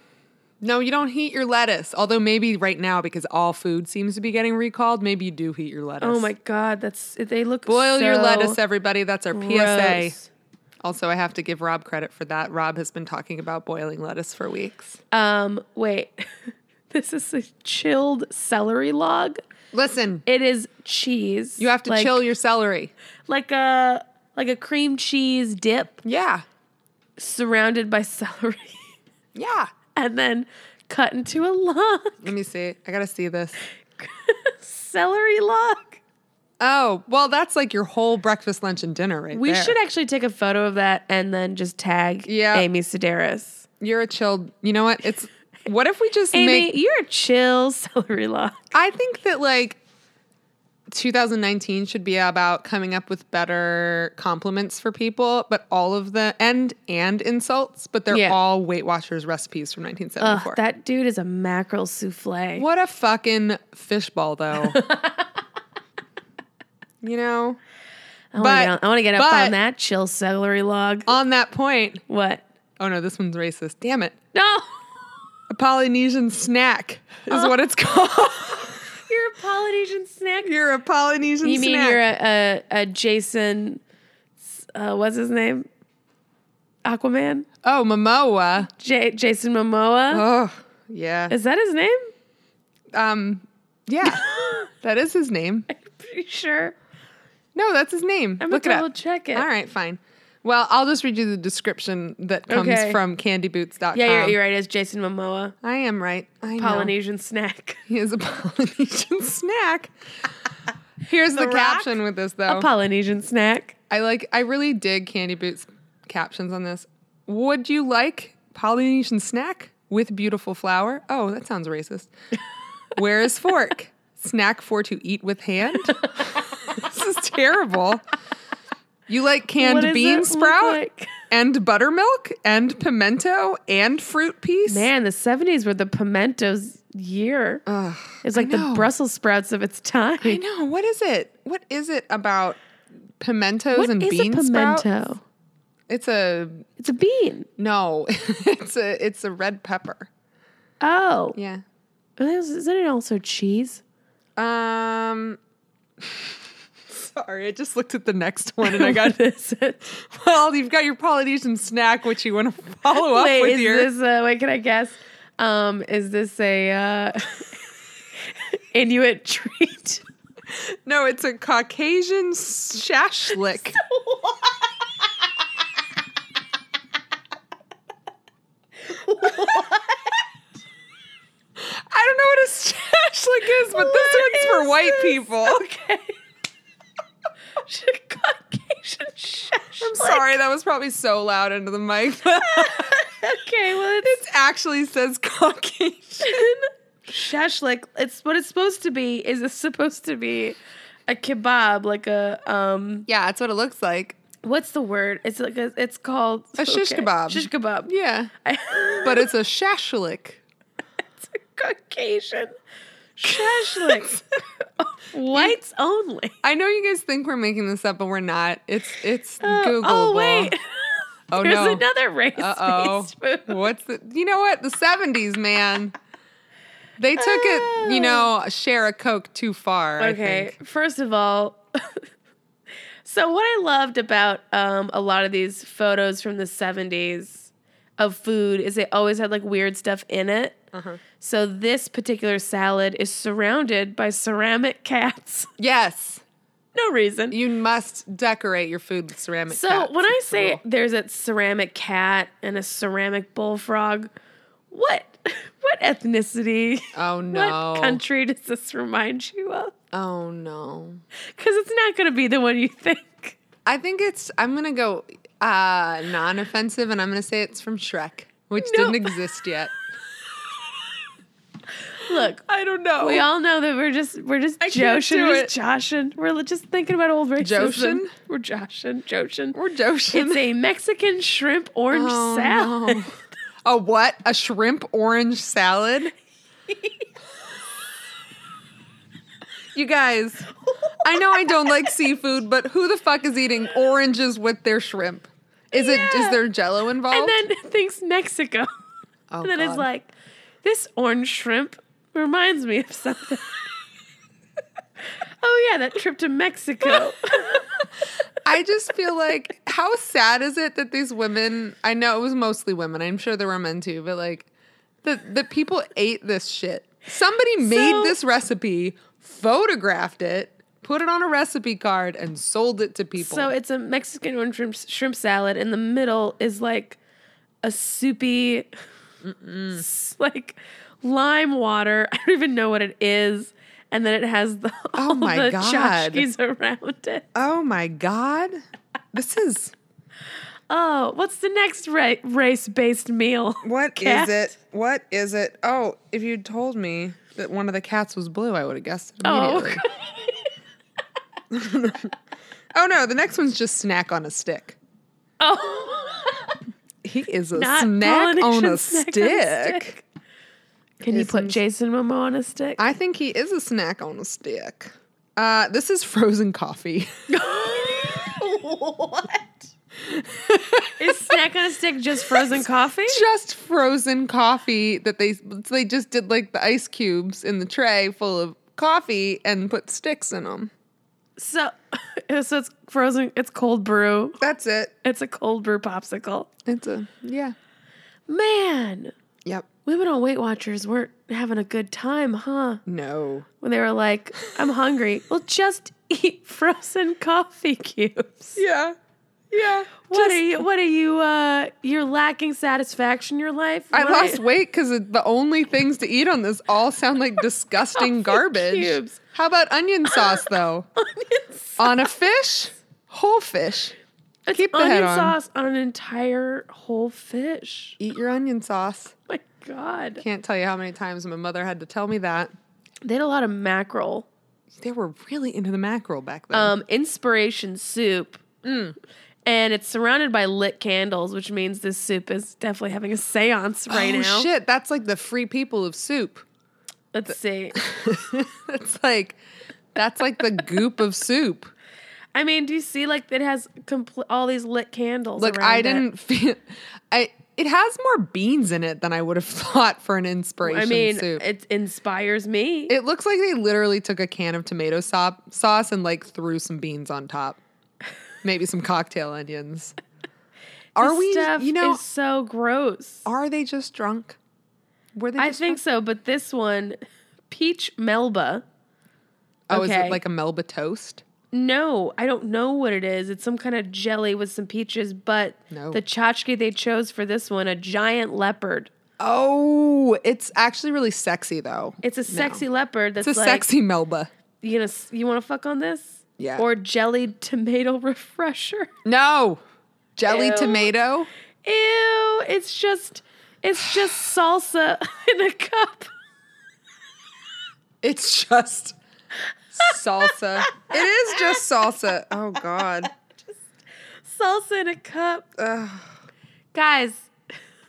B: no, you don't heat your lettuce. Although maybe right now because all food seems to be getting recalled, maybe you do heat your lettuce.
A: Oh my god, that's they look
B: Boil your
A: so
B: lettuce, everybody. That's our PSA.
A: gross.
B: Also, I have to give Rob credit for that. Rob has been talking about boiling lettuce for weeks.
A: Um, wait. this is a chilled celery log.
B: Listen,
A: It is cheese.
B: you have to
A: like,
B: chill your celery.
A: like a like a cream cheese dip
B: Yeah.
A: surrounded by celery
B: Yeah.
A: and then cut into a log.
B: Let me see. I got to see this.
A: celery log.
B: Oh, well, that's like your whole breakfast, lunch, and dinner right
A: We
B: there.
A: should actually take a photo of that and then just tag
B: Yeah.
A: Amy Sedaris.
B: You're a chilled. You know what? It's. What if we just
A: Amy,
B: make.
A: you're a chill celery log.
B: I think that like 2019 should be about coming up with better compliments for people, but all of the. And and insults, but they're
A: Yeah.
B: all Weight Watchers recipes from
A: Ugh,
B: 1974.
A: that dude is a mackerel souffle.
B: What a fucking fishball, though. you know,
A: I want
B: but-
A: to get, on- I wanna get up
B: but-
A: on that chill celery log.
B: on that point.
A: What?
B: Oh no, this one's racist. Damn it.
A: No,
B: A Polynesian snack is
A: Oh.
B: what it's called.
A: you're a Polynesian snack.
B: you're a Polynesian
A: you mean
B: snack.
A: you're a, a, a Jason? Uh, what's his name? Aquaman.
B: oh, Momoa.
A: J- Jason Momoa.
B: Oh, yeah.
A: Is that his name?
B: Um, yeah. that is his name.
A: Pretty sure.
B: No, that's his name.
A: I'm
B: Look it
A: gonna double
B: up.
A: check it.
B: All right, fine. Well, I'll just read you the description that comes
A: Okay.
B: from candyboots.com.
A: Yeah, you're, you're right. It's Jason Momoa.
B: Um, I am right. I know.
A: Polynesian snack.
B: He is a Polynesian snack. Here's the,
A: Rock,
B: caption with this though.
A: A Polynesian snack.
B: I like I really dig Candy Boots captions on this. Would you like Polynesian snack with beautiful flower? Oh, that sounds racist. Where is fork? snack for to eat with hand? this is terrible. You like
A: What does
B: canned
A: that
B: bean
A: look
B: sprout
A: like?
B: and buttermilk and pimento and fruit piece?
A: Man, the 70s were the pimentos year.
B: Ugh,
A: it's like the
B: know.
A: Brussels sprouts of its time.
B: I know. What is it? What is it about pimentos
A: What
B: and
A: is
B: bean
A: a pimento?
B: sprout? It's a
A: It's a bean.
B: No, it's a it's a red pepper.
A: Oh.
B: Yeah.
A: Isn't it also cheese?
B: Um. Sorry, I just looked at the next one and I got.
A: this.
B: well, you've got your Polynesian snack, which you want to follow up
A: wait,
B: with
A: is
B: your.
A: this uh, wait, can I guess? Um, is this a uh, Inuit treat?
B: No, it's a Caucasian shashlik. I don't know what a shashlik is, but this
A: What
B: one's for
A: is
B: white
A: this?
B: people.
A: Okay. Caucasian shashlik.
B: I'm sorry, that was probably so loud into the mic.
A: Okay, well
B: it actually says Caucasian.
A: it's shashlik. It's what it's supposed to be. Is it's supposed to be a kebab, like a um,
B: Yeah, that's what it looks like.
A: what's the word? It's like a, it's called
B: A shish kebab.
A: Shish kebab.
B: Yeah, but it's a shashlik.
A: It's a Caucasian shashlik. Whites only.
B: I know you guys think we're making this up, but we're not. It's it's Google.
A: oh wait.
B: Oh
A: There's
B: no.
A: another race
B: Uh
A: based
B: oh.
A: food.
B: What's the? You know what? The seventies, man. They took it. You know, share a coke too far. I
A: Oh. Okay,
B: think.
A: first of all, so what I loved about um, a lot of these photos from the 70s of food is they always had like weird stuff in it.
B: Uh-huh.
A: So this particular salad is surrounded by ceramic cats.
B: Yes,
A: no reason.
B: you must decorate your food with ceramic.
A: So
B: cats.
A: when I
B: It's the
A: say
B: rule.
A: there's a ceramic cat and a ceramic bullfrog, what what ethnicity?
B: oh no,
A: What country does this remind you of?
B: oh no,
A: Because it's not going to be the one you think.
B: I think it's. I'm gonna go uh, non-offensive, and I'm gonna say it's from Shrek, which
A: Nope.
B: didn't exist yet.
A: Look,
B: I don't know.
A: we all know that we're just we're just
B: can't
A: joshing,
B: do
A: we're
B: it.
A: just joshing. We're li- just thinking about old racism.
B: Joshin?
A: We're joshing, joshing.
B: we're Joshin.
A: It's a Mexican shrimp orange salad.
B: Oh, no. A what? A shrimp orange salad? you guys, I know I don't like seafood, but who the fuck is eating oranges with their shrimp? Is it
A: Yeah.
B: is there jello involved?
A: and then it thinks Mexico.
B: oh,
A: and then it's
B: God.
A: like, this orange shrimp reminds me of something. oh yeah, that trip to Mexico.
B: I just feel like how sad is it that these women I know it was mostly women, I'm sure there were men too, but like the the people ate this shit. Somebody made
A: So-
B: this recipe, photographed it, put it on a recipe card, and sold it to people.
A: so it's a Mexican orange shrimp, shrimp salad, and the middle is like a soupy, s- like lime water. I don't even know what it is. And then it has the all
B: Oh my
A: the
B: God.
A: tchotchkes around it.
B: oh my god. This is
A: Oh, what's the next ra- race-based meal?
B: what is
A: Cat.
B: What is it? Oh, if you told me that one of the cats was blue, I would have guessed it
A: Oh,
B: immediately. Oh. no, the next one's just snack on a stick.
A: oh.
B: He is a
A: Not
B: snack on
A: Polynesian
B: a
A: snack on
B: stick.
A: Can you
B: It's
A: put
B: ins-
A: Jason Momoa on a stick?
B: I think he is a snack on a stick. Uh, this is frozen coffee.
A: what? Is snack on a stick just frozen coffee?
B: just frozen coffee that they they just did like the ice cubes in the tray full of coffee and put sticks in them.
A: So, so it's frozen. It's cold brew.
B: That's it.
A: It's a cold brew popsicle.
B: It's a yeah.
A: Man,
B: Yep.
A: women on Weight Watchers weren't having a good time, huh?
B: No.
A: When they were like, "I'm hungry," well, just eat frozen coffee cubes.
B: Yeah. Yeah.
A: What are you? What are you? Uh, you're lacking satisfaction in your life.
B: I
A: What are
B: lost
A: you-
B: weight because the only things to eat on this all sound like disgusting garbage.
A: cubes.
B: How about onion sauce though? on a fish, whole fish.
A: It's
B: Keep the
A: onion
B: head on.
A: sauce on an entire whole fish.
B: Eat your onion sauce.
A: My God,
B: Can't tell you how many times my mother had to tell me that.
A: they had a lot of mackerel.
B: They were really into the mackerel back then.
A: Um, inspiration soup.
B: Mm.
A: And it's surrounded by lit candles, which means this soup is definitely having a séance right
B: oh
A: now.
B: shit, that's like the free people of soup.
A: Let's see.
B: that's like that's like the goop of soup.
A: I mean, do you see like it has compl- all these lit candles?
B: Look,
A: around
B: I
A: it?
B: didn't feel I it has more beans in it than I would have thought for an inspiration
A: I mean,
B: soup.
A: it inspires me.
B: It looks like they literally took a can of tomato sop- sauce and like threw some beans on top. Maybe some cocktail onions. Are
A: This
B: we,
A: Stuff
B: you know,
A: is so gross.
B: are they just drunk? Were they
A: I
B: just
A: think so, but this one, peach melba.
B: drunk? Oh, is
A: okay.
B: it like a Melba toast?
A: No, I don't know what it is. It's some kind of jelly with some peaches, but
B: No.
A: the tchotchke they chose for this one, a giant leopard.
B: Oh, it's actually really sexy though.
A: It's a sexy leopard that's
B: It's a
A: like,
B: sexy Melba.
A: you know, s- you want to fuck on this?
B: Yeah.
A: Or jellied tomato refresher.
B: No. Jelly
A: Ew.
B: tomato.
A: Ew, it's just, it's just salsa in a cup.
B: It's just salsa. it is just salsa. Oh God.
A: Salsa in a cup.
B: Ugh,
A: Guys,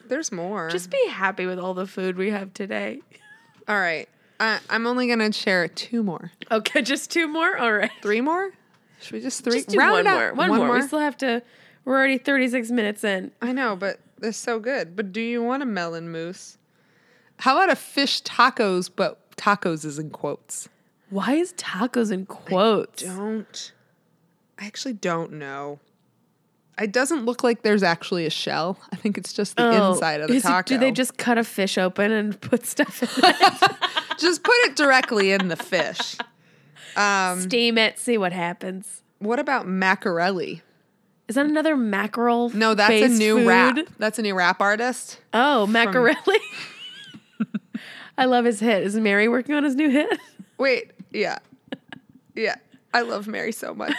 B: there's more.
A: just be happy with all the food we have today.
B: all right. I, I'm only gonna share two more.
A: Okay, just two more? All right.
B: Three more? Should we just three?
A: Just do
B: Round
A: one
B: it out.
A: more. One, more. We still have to. We're already 36 minutes in.
B: I know, but they're so good. But do you want a melon mousse? How about a fish tacos? But tacos is in quotes.
A: Why is tacos in quotes?
B: Don't. I actually don't know. It doesn't look like there's actually a shell. I think it's just the
A: Oh,
B: inside of the
A: is it-
B: taco.
A: do they just cut a fish open and put stuff in it?
B: just put it directly in the fish. Um,
A: Steam it, see what happens.
B: what about macarelli?
A: Is that another mackerel?
B: No, that's a
A: based
B: new
A: food?
B: rap. That's a new rap artist.
A: Oh, macarelli. I love his hit. Is Mary working on his new hit?
B: Wait, yeah, yeah. I love Mary so much.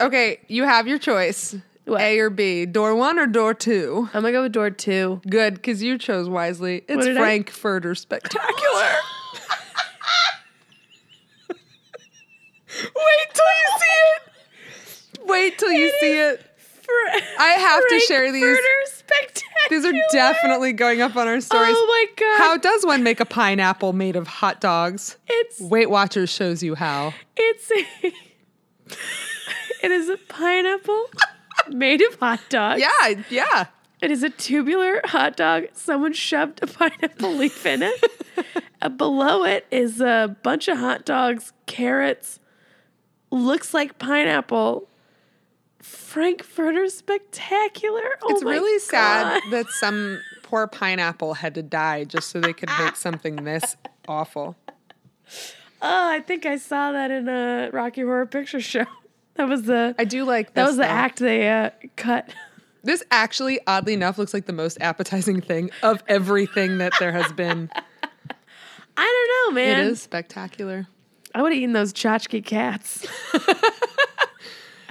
B: okay, you have your choice:
A: What?
B: A or B. Door one or door two.
A: I'm gonna go with door two.
B: Good, because you chose wisely. It's
A: did I-
B: Frankfurter Spectacular. Wait till you see it. Wait till you see it. I have to share these.
A: Frankfurter Spectacular.
B: These are definitely going up on our stories.
A: Oh my god!
B: How does one make a pineapple made of hot dogs?
A: it's
B: Weight Watchers shows you how.
A: It's a. it is a pineapple made of hot dogs.
B: Yeah, yeah.
A: It is a tubular hot dog. Someone shoved a pineapple leaf in it. Uh, below it is a bunch of hot dogs, carrots, looks like pineapple. Frankfurter spectacular. Oh
B: it's
A: my
B: really sad
A: God.
B: that some poor pineapple had to die just so they could make something this awful.
A: Oh, I think I saw that in a Rocky Horror Picture Show. That was the
B: I do like this.
A: that was the
B: though.
A: act they uh, cut.
B: This actually, oddly enough, looks like the most appetizing thing of everything that there has been.
A: I don't know,
B: it
A: man.
B: is spectacular.
A: I would have eaten those tchotchke cats.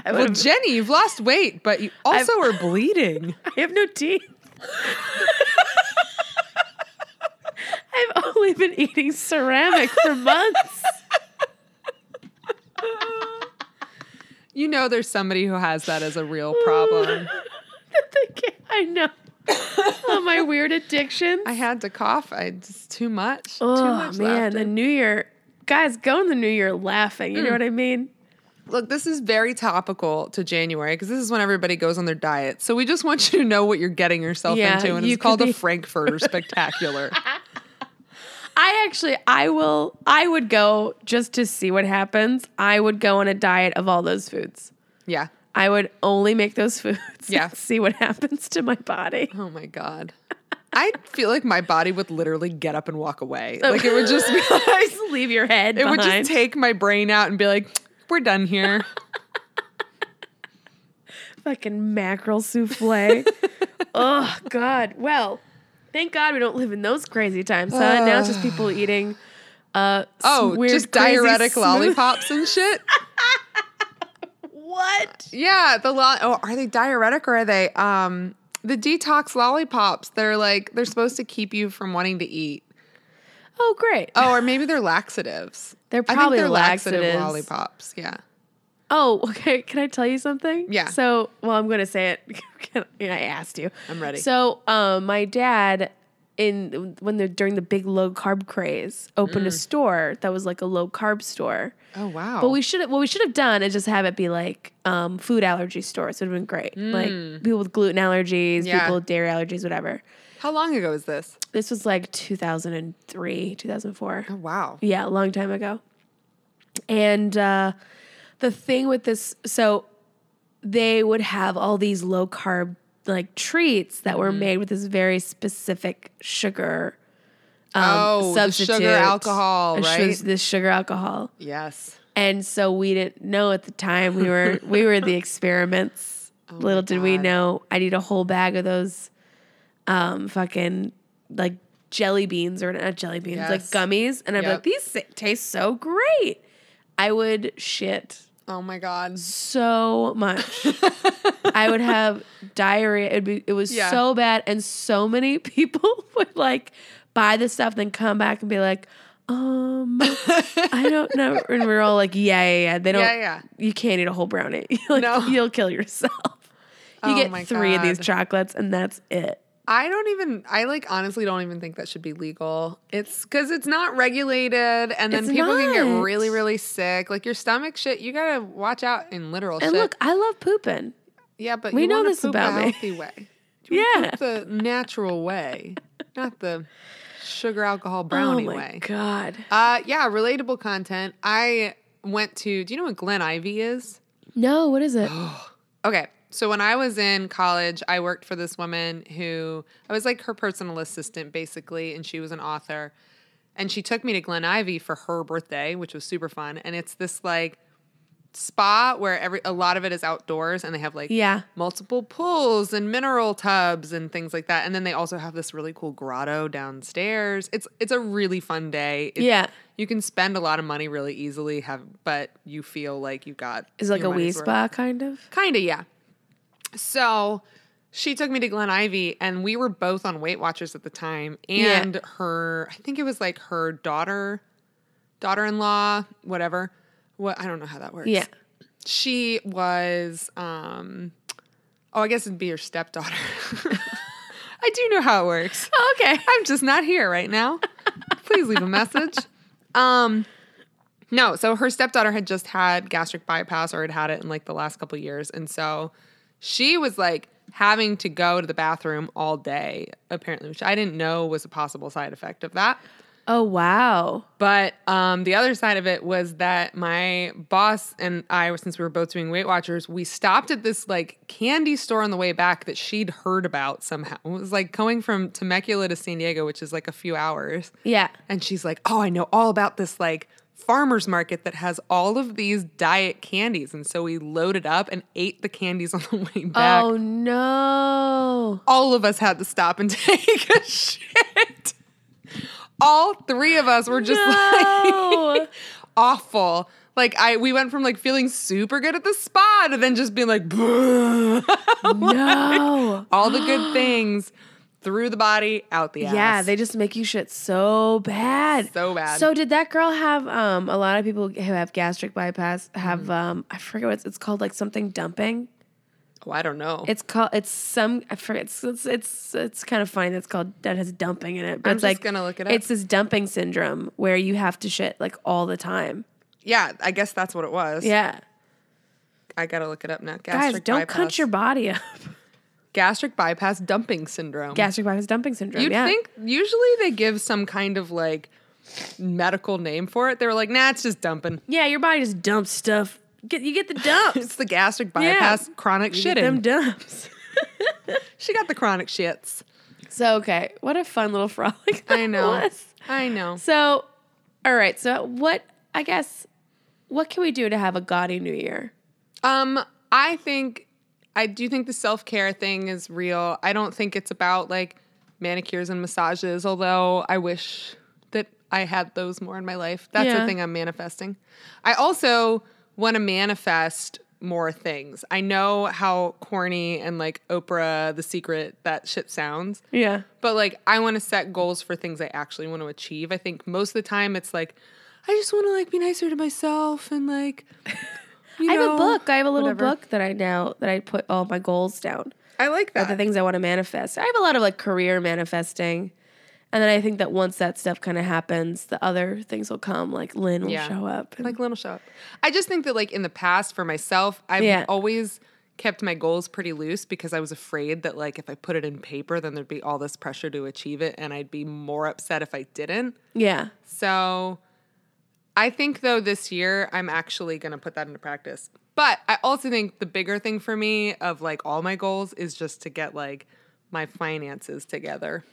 A: I,
B: Well,
A: would've-
B: Jenny, you've lost weight, but you also are bleeding.
A: I have no teeth. I've only been eating ceramic for months.
B: You know, there's somebody who has that as a real problem.
A: The ca- I know. oh, my weird addiction.
B: I had to cough. I just too much.
A: oh,
B: too much
A: man.
B: laughter.
A: The new year. Guys, go in the new year laughing. You know what I mean?
B: Look, this is very topical to January because this is when everybody goes on their diet. So we just want you to know what you're getting yourself
A: Yeah,
B: into, and
A: you
B: it's
A: could
B: called
A: be-
B: a Frankfurter Spectacular.
A: I actually, I will, I would go just to see what happens. I would go on a diet of all those foods.
B: Yeah.
A: I would only make those foods.
B: Yeah.
A: see what happens to my body.
B: Oh my god. I feel like my body would literally get up and walk away. Like it would just be like
A: Just leave your head
B: it would
A: Oh. behind.
B: just take my brain out and be like, "We're done here."
A: Fucking mackerel souffle. oh God. Well, thank God we don't live in those crazy times. Huh? now it's just people eating. Uh,
B: Oh,
A: weird,
B: just
A: crazy
B: diuretic
A: smooth-
B: lollipops and shit.
A: What?
B: Yeah, the lo- oh, are they diuretic or are they um the detox lollipops? They're like they're supposed to keep you from wanting to eat.
A: Oh, great.
B: Oh, or maybe they're laxatives.
A: They're
B: I think
A: probably
B: they're laxative
A: laxatives.
B: lollipops. Yeah.
A: Oh, okay. Can I tell you something?
B: Yeah.
A: So, well, I'm going to say it. Can- I asked you.
B: I'm ready.
A: So, um, my dad, in when they're during the big low carb craze, opened
B: Mm.
A: a store that was like a low carb store.
B: Oh wow.
A: But we should have what we should have done is just have it be like um, food allergy stores. It would have been great. Like people with gluten allergies,
B: Mm. Yeah.
A: people with dairy allergies, whatever.
B: How long ago is this?
A: This was like 2003, 2004.
B: Oh wow.
A: Yeah, a long time ago. And uh, the thing with this, so they would have all these low carb like treats that
B: Mm.
A: were made with this very specific sugar. Um,
B: Oh, the sugar
A: substitute.
B: alcohol,
A: Uh, sh-
B: right?
A: This sugar alcohol,
B: Yes.
A: and so we didn't know at the time. We were we were the experiments. Little did we
B: Oh God.
A: know, I'd eat a whole bag of those, um, fucking like jelly beans or not jelly beans, like
B: Yes.
A: gummies, and I'd be
B: Yep.
A: like, these sa- taste so great. I would shit
B: Oh my god.
A: so much. I would have diarrhea. It'd be it was
B: Yeah.
A: so bad, and so many people would like buy this stuff, then come back and be like, um, I don't know. And we are all like, yeah, yeah, yeah. They don't.
B: Yeah, yeah.
A: You can't eat a whole brownie. like,
B: No.
A: you'll kill yourself. You
B: Oh my
A: get three of these
B: God.
A: chocolates, and that's it.
B: I don't even I like honestly don't even think that should be legal. It's cuz it's not regulated and then
A: It's
B: people can
A: not.
B: get really really sick. Like your stomach shit, you got to watch out in literal
A: And
B: shit.
A: look, I love pooping.
B: Yeah, but
A: We
B: you
A: know
B: wanna
A: this
B: poop
A: about
B: the
A: me.
B: healthy way. You wanna
A: Yeah.
B: poop the natural way, not the sugar alcohol brownie
A: oh my
B: way.
A: god.
B: Uh, yeah, relatable content. I went to. Do you know what Glen Ivy is?
A: No, what is it?
B: Okay, so when I was in college, I worked for this woman who I was like her personal assistant basically, and she was an author, and she took me to Glen Ivy for her birthday, which was super fun, and it's this like spa where every a lot of it is outdoors and they have like
A: yeah.
B: multiple pools and mineral tubs and things like that. And then they also have this really cool grotto downstairs. It's it's a really fun day. It-
A: Yeah.
B: You can spend a lot of money really easily, have but you feel like you got
A: Is it like
B: your
A: a wee
B: money's worth.
A: spa kind of?
B: Kinda, yeah. So she took me to Glen Ivy and we were both on Weight Watchers at the time.
A: Yeah.
B: And her I think it was like her daughter, daughter in law, whatever. What I don't know how that works
A: Yeah.
B: she was um oh i guess it'd be your stepdaughter i do know how it works
A: Oh, okay.
B: i'm just not here right now please leave a message um no so her stepdaughter had just had gastric bypass or had had it in like the last couple years and so she was like having to go to the bathroom all day apparently which i didn't know was a possible side effect of that
A: Oh wow.
B: but um, the other side of it was that my boss and I, since we were both doing Weight Watchers, we stopped at this like candy store on the way back that she'd heard about somehow. It was like going from Temecula to San Diego, which is like a few hours.
A: Yeah.
B: And she's like, Oh, I know all about this like farmer's market that has all of these diet candies. And so we loaded up and ate the candies on the way back.
A: Oh no.
B: All of us had to stop and take a shit. All three of us were just like,
A: No.
B: awful. Like I, we went from like feeling super good at the spa to then just being like,
A: no.
B: all the good things through the body, out the ass.
A: Yeah, they just make you shit so bad.
B: So bad.
A: So did that girl have um a lot of people who have gastric bypass have
B: Mm-hmm.
A: um I forget what it's, it's called like something dumping.
B: oh, I don't know.
A: It's called it's some I forget it's it's it's, it's kind of funny that's called that has dumping in it. But
B: I'm
A: it's
B: just
A: like
B: gonna look it up.
A: It's this dumping syndrome where you have to shit like all the time.
B: yeah, I guess that's what it was.
A: Yeah.
B: I gotta look it up now.
A: Guys,
B: Gastric
A: don't
B: bypass.
A: cut your body up.
B: gastric bypass dumping syndrome.
A: gastric bypass dumping syndrome.
B: You'd
A: yeah.
B: think usually they give some kind of like medical name for it. They were like, nah, it's just dumping.
A: Yeah, your body just dumps stuff. Get you get the dumps.
B: It's the gastric bypass chronic
A: Get them
B: shitting.
A: dumps.
B: she got the chronic shits.
A: So okay, what a fun little frolic. That
B: I know.
A: was.
B: I know.
A: So, all right. So what? I guess what can we do to have a gaudy New Year?
B: Um, I think I do think the self care thing is real. I don't think it's about like manicures and massages, although I wish that I had those more in my life. That's the
A: Yeah.
B: thing I'm manifesting. I also want to manifest more things. I know how corny and like Oprah, The Secret, that shit sounds.
A: Yeah.
B: But like, I want to set goals for things I actually want to achieve. I think most of the time it's like, I just want to like be nicer to myself and like, you
A: I have
B: know,
A: a book. I have a little
B: whatever.
A: book that I now that I put all my goals down.
B: I like
A: of the
B: that.
A: things I want to manifest. I have a lot of like career manifesting. And then I think that once that stuff kind of happens, the other things will come. Like Lynn will
B: Yeah.
A: show up. and-
B: Like little show up. I just think that like in the past for myself, I've
A: Yeah.
B: always kept my goals pretty loose because I was afraid that like if I put it in paper, then there'd be all this pressure to achieve it, and I'd be more upset if I didn't.
A: yeah.
B: So I think though this year I'm actually going to put that into practice. But I also think the bigger thing for me of like all my goals is just to get like my finances together.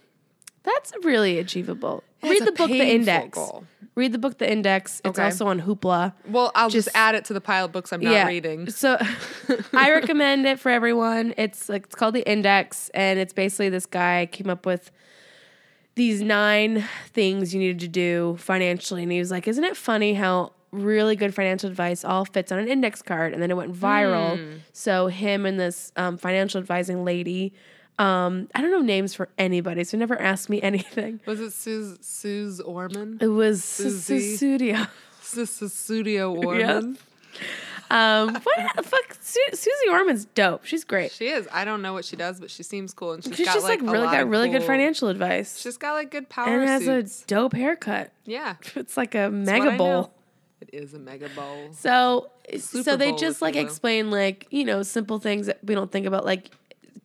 A: That's really achievable.
B: It's
A: Read
B: a
A: the book The
B: painful
A: Index.
B: goal.
A: Read the book The Index. It's
B: Okay.
A: also on Hoopla.
B: Well, I'll just, add it to the pile of books I'm not reading.
A: So I recommend it for everyone. It's like it's called the Index, and it's basically this guy came up with these nine things you needed to do financially, and he was like, "Isn't it funny how?" Really good financial advice all fits on an index card, and then it went viral.
B: Hmm.
A: So him and this um, financial advising lady, um, I don't know names for anybody, so never ask me anything.
B: Was it Suze, Suze Orman?
A: It was Susie. Studio.
B: Suze Studio Orman?
A: Um, what the fuck? Su- Susie Orman's dope. She's great.
B: She is. I I don't know what she does, but she seems cool. And she's
A: She's
B: got
A: just
B: like,
A: like,
B: a
A: really
B: lot
A: got
B: of
A: really good
B: cool-
A: financial advice.
B: She's got like good power
A: and has
B: suits.
A: a dope haircut.
B: yeah.
A: It's like a
B: That's what
A: mega
B: I
A: bowl.
B: know. It is a mega bowl.
A: So so
B: Super
A: they
B: Bowl, if
A: just
B: you
A: like
B: will.
A: explain like, you know, simple things that we don't think about like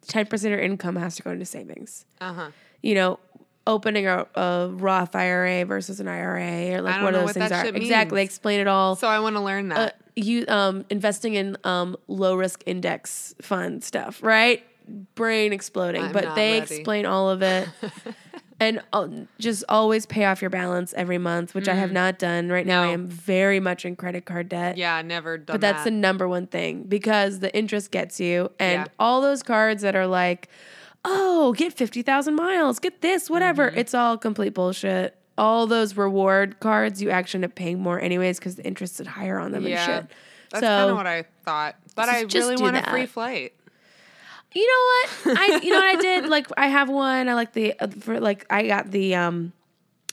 A: 10% of your income has to go into savings.
B: Uh huh.
A: You know, opening a, a Roth IRA versus an IRA or like
B: don't
A: what
B: know
A: those
B: what
A: things
B: that
A: are.
B: shit
A: Exactly. They
B: means.
A: explain it all.
B: So I want to learn that.
A: you um investing in um low risk index fund stuff, right? Brain exploding,
B: I'm
A: but
B: not
A: they
B: ready.
A: explain all of it. and uh, just always pay off your balance every month, which I have not done. Right now I
B: Mm. No.
A: am very much in credit card debt.
B: Yeah, I never done
A: But that's the
B: that.
A: number one thing because the interest gets you and
B: Yeah.
A: all those cards that are like, "Oh, get 50,000 miles, get this, whatever."
B: Mm-hmm.
A: It's all complete bullshit. All those reward cards, you actually end up paying more anyways because the interest is higher on them and
B: Yeah.
A: shit.
B: That's kind
A: so
B: of what I thought. But I
A: Just- just
B: really
A: do
B: want
A: that.
B: a free flight.
A: you know what I you know what I did like I have one I like the uh, for like I got the um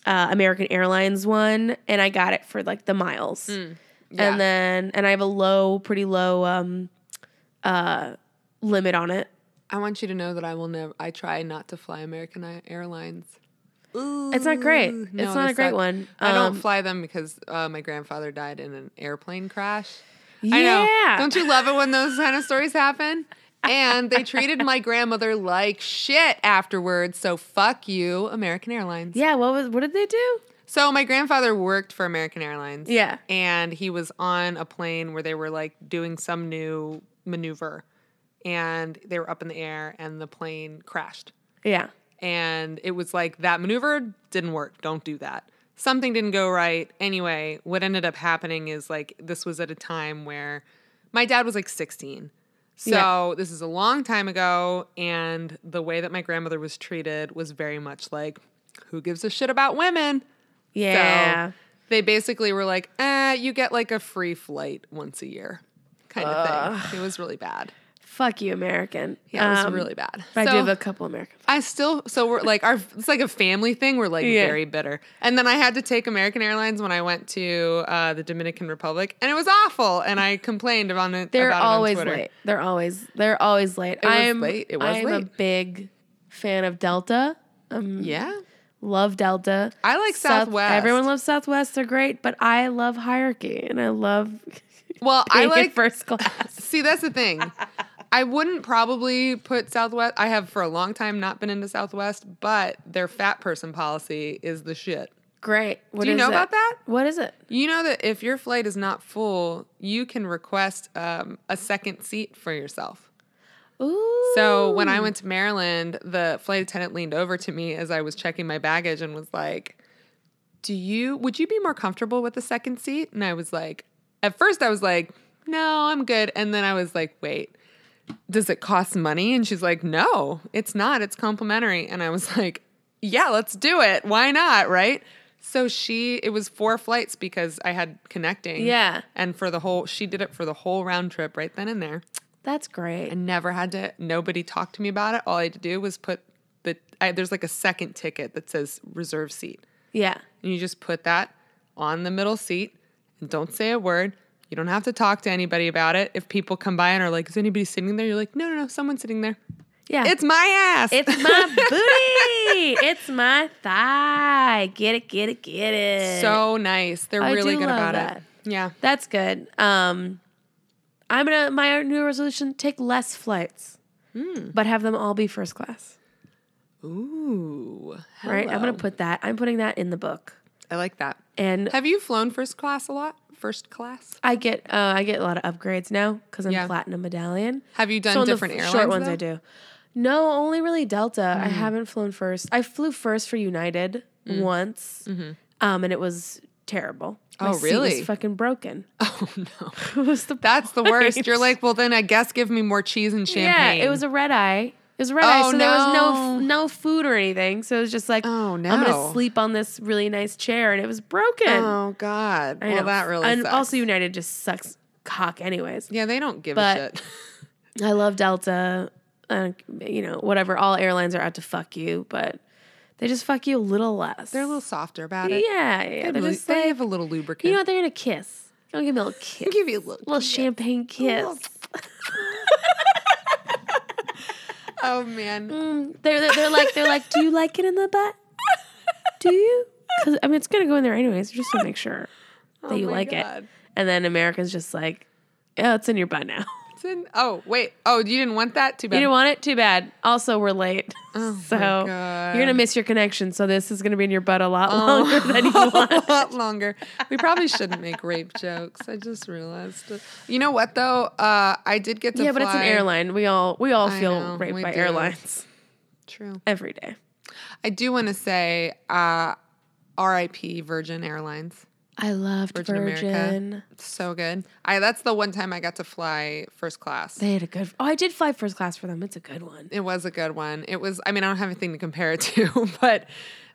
A: uh, American Airlines one and I got it for like the miles
B: Mm. yeah.
A: and then and I have a low pretty low um uh limit on it
B: I want you to know that I will never. I try not to fly American I- Airlines.
A: It's not great.
B: Ooh,
A: It's
B: no,
A: not
B: they
A: a great
B: suck.
A: one.
B: I don't
A: Um,
B: fly them because uh, my grandfather died in an airplane crash.
A: Yeah.
B: I know. Don't you love it when those kind of stories happen? And they treated my grandmother like shit afterwards. So fuck you, American Airlines.
A: Yeah, what was what did they do?
B: So my grandfather worked for American Airlines.
A: Yeah.
B: And he was on a plane where they were like doing some new maneuver and they were up in the air and the plane crashed.
A: Yeah.
B: And it was like that maneuver didn't work. Don't do that. Something didn't go right. Anyway, what ended up happening is like this was at a time where my dad was like 16. So
A: Yeah.
B: this is a long time ago and the way that my grandmother was treated was very much like who gives a shit about women?
A: Yeah.
B: So they basically were like, eh, you get like a free flight once a year kind of thing. It was really bad.
A: Fuck you, American.
B: Yeah, it was
A: Um,
B: really bad.
A: But I
B: So
A: do have a couple American.
B: I still, so we're like, our, it's like a family thing. We're like
A: Yeah.
B: very bitter. And then I had to take American Airlines when I went to uh, the Dominican Republic and it was awful. And I complained about it.
A: They're
B: about it on
A: always
B: Twitter.
A: late. They're always they're always late.
B: was
A: I'm
B: late. It was
A: I'm a
B: late.
A: big fan of Delta. Um,
B: Mm. Yeah.
A: love Delta.
B: I like Southwest.
A: Everyone loves Southwest. They're great, but I love hierarchy and I love
B: Well, I
A: being in
B: like
A: first class.
B: See, that's the thing. I wouldn't probably put Southwest. I have for a long time not been into Southwest, but their fat person policy is the shit.
A: Great. What
B: Do you
A: is
B: know
A: it?
B: about that?
A: What is it?
B: You know that if your flight is not full, you can request um, a second seat for yourself.
A: Ooh.
B: So when I went to Maryland, the flight attendant leaned over to me as I was checking my baggage and was like, "Do you would you be more comfortable with the second seat?" And I was like, at first I was like, "No, I'm good." And then I was like, "Wait. does it cost money? And she's like, no, it's not. It's complimentary. And I was like, yeah, let's do it. Why not? Right. So she, it was four flights because I had connecting.
A: Yeah.
B: And for the whole, she did it for the whole round trip right then and there.
A: That's great.
B: I never had to, nobody talked to me about it. All I had to do was put the, I, there's like a second ticket that says reserve seat.
A: yeah.
B: And you just put that on the middle seat and don't say a word. You don't have to talk to anybody about it. If people come by and are like, is anybody sitting there? You're like, no, no, no, someone's sitting there.
A: Yeah.
B: It's my
A: Ah.
B: ass.
A: It's my booty. It's my thigh. Get it, get it, get it.
B: so nice. They're
A: I
B: really
A: do
B: good
A: love
B: about
A: that.
B: it. Yeah.
A: that's good. Um I'm gonna my new resolution take less flights.
B: Hmm.
A: But have them all be first class.
B: Ooh.
A: Right? I'm
B: hello.
A: gonna put that. I'm putting that in the book.
B: I like that.
A: And
B: Have you flown first class a lot? First class?
A: I get uh, I get a lot of upgrades now because I'm
B: Yeah.
A: platinum medallion.
B: Have you done
A: So on the
B: different
A: f-
B: airlines?
A: Short ones
B: though? Hmm.
A: I do. No, only really Delta. I haven't flown first. I flew first for United once, um, and it was terrible.
B: Mm-hmm. Oh,
A: seat
B: really?
A: was fucking broken.
B: Oh no.
A: it was the
B: That's the worst. You're like, well then I guess give me more cheese and champagne.
A: Yeah, it was a red eye. It was a red eye,
B: Oh,
A: so there was no
B: no.
A: f- no food or anything. So it was just like,
B: Oh,
A: I'm
B: no.
A: gonna sleep on this really nice chair, and it was broken.
B: Oh God.
A: I
B: well
A: know.
B: that really
A: and
B: sucks.
A: also United just sucks cock, anyways.
B: Yeah, they don't give
A: But-
B: a shit.
A: I love Delta. Uh, you know, whatever. All airlines are out to fuck you, but they just fuck you a little less.
B: They're a little softer about it.
A: yeah, yeah. They're
B: Lu-
A: just
B: they
A: like,
B: have a little lubricant.
A: you know what? They're gonna kiss. Gonna give me a little kiss,
B: give you a little.
A: a little champagne kiss.
B: Oh man.
A: Mm, they're, they're they're like they're like, do you like it in the butt? Do you? 'Cause, I mean, it's gonna go in there anyways. Just to make sure that you
B: Oh, my
A: like it.
B: God.
A: And then America's just like, oh, it's in your butt now.
B: It's in- oh wait. Oh, you didn't want that? Too bad.
A: You don't want it? Too bad. Also, we're late.
B: Oh,
A: so
B: my God.
A: you're going to miss your connection. So this is going to be in your butt a lot longer than you
B: a
A: want.
B: lot longer. We probably shouldn't make rape jokes. I just realized. it. You know what though? Uh, I did get to.
A: yeah, but it's an
B: fly-
A: airline. We all we all
B: I
A: feel
B: know,
A: raped
B: we
A: by
B: do.
A: airlines
B: True.
A: every day.
B: I do want to say, uh, R.I.P. Virgin Airlines.
A: I loved
B: Virgin
A: Virgin.
B: America. So good. I that's the one time I got to fly first class.
A: They had a good. Oh, I did fly first class for them. It's a good one.
B: It was a good one. It was, I mean, I don't have anything to compare it to, but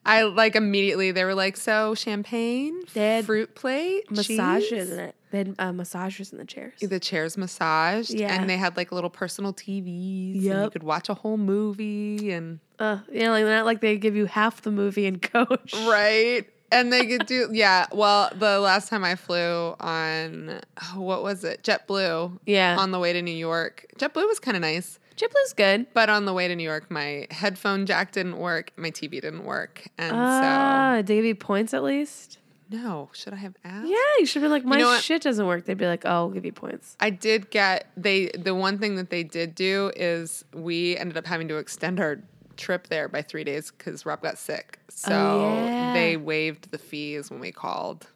B: I like immediately they were like, so champagne,
A: They had
B: fruit plate,
A: Massages
B: cheese."
A: in it. They had uh, massagers in the chairs.
B: The chairs massaged,
A: Yeah.
B: and they had like little personal TVs. and you
A: Yep.
B: could watch a whole movie, and
A: Uh, you know, like not like they give you half the movie in coach.
B: right, and they could do yeah. Well, the last time I flew on oh, what was it, JetBlue,
A: Yeah.
B: on the way to New York, JetBlue was kind of nice.
A: JetBlue's good.
B: But on the way to New York, my headphone jack didn't work, my TV didn't work, and so
A: Ah, they give you points at least.
B: No, should I have asked?
A: Yeah, you should be like, my
B: know what?
A: shit doesn't work. They'd be like, oh, I'll give you points.
B: I did get they the one thing that they did do is we ended up having to extend our trip there by 3 days cuz Rob got sick. So
A: Oh, yeah.
B: they waived the fees when we called.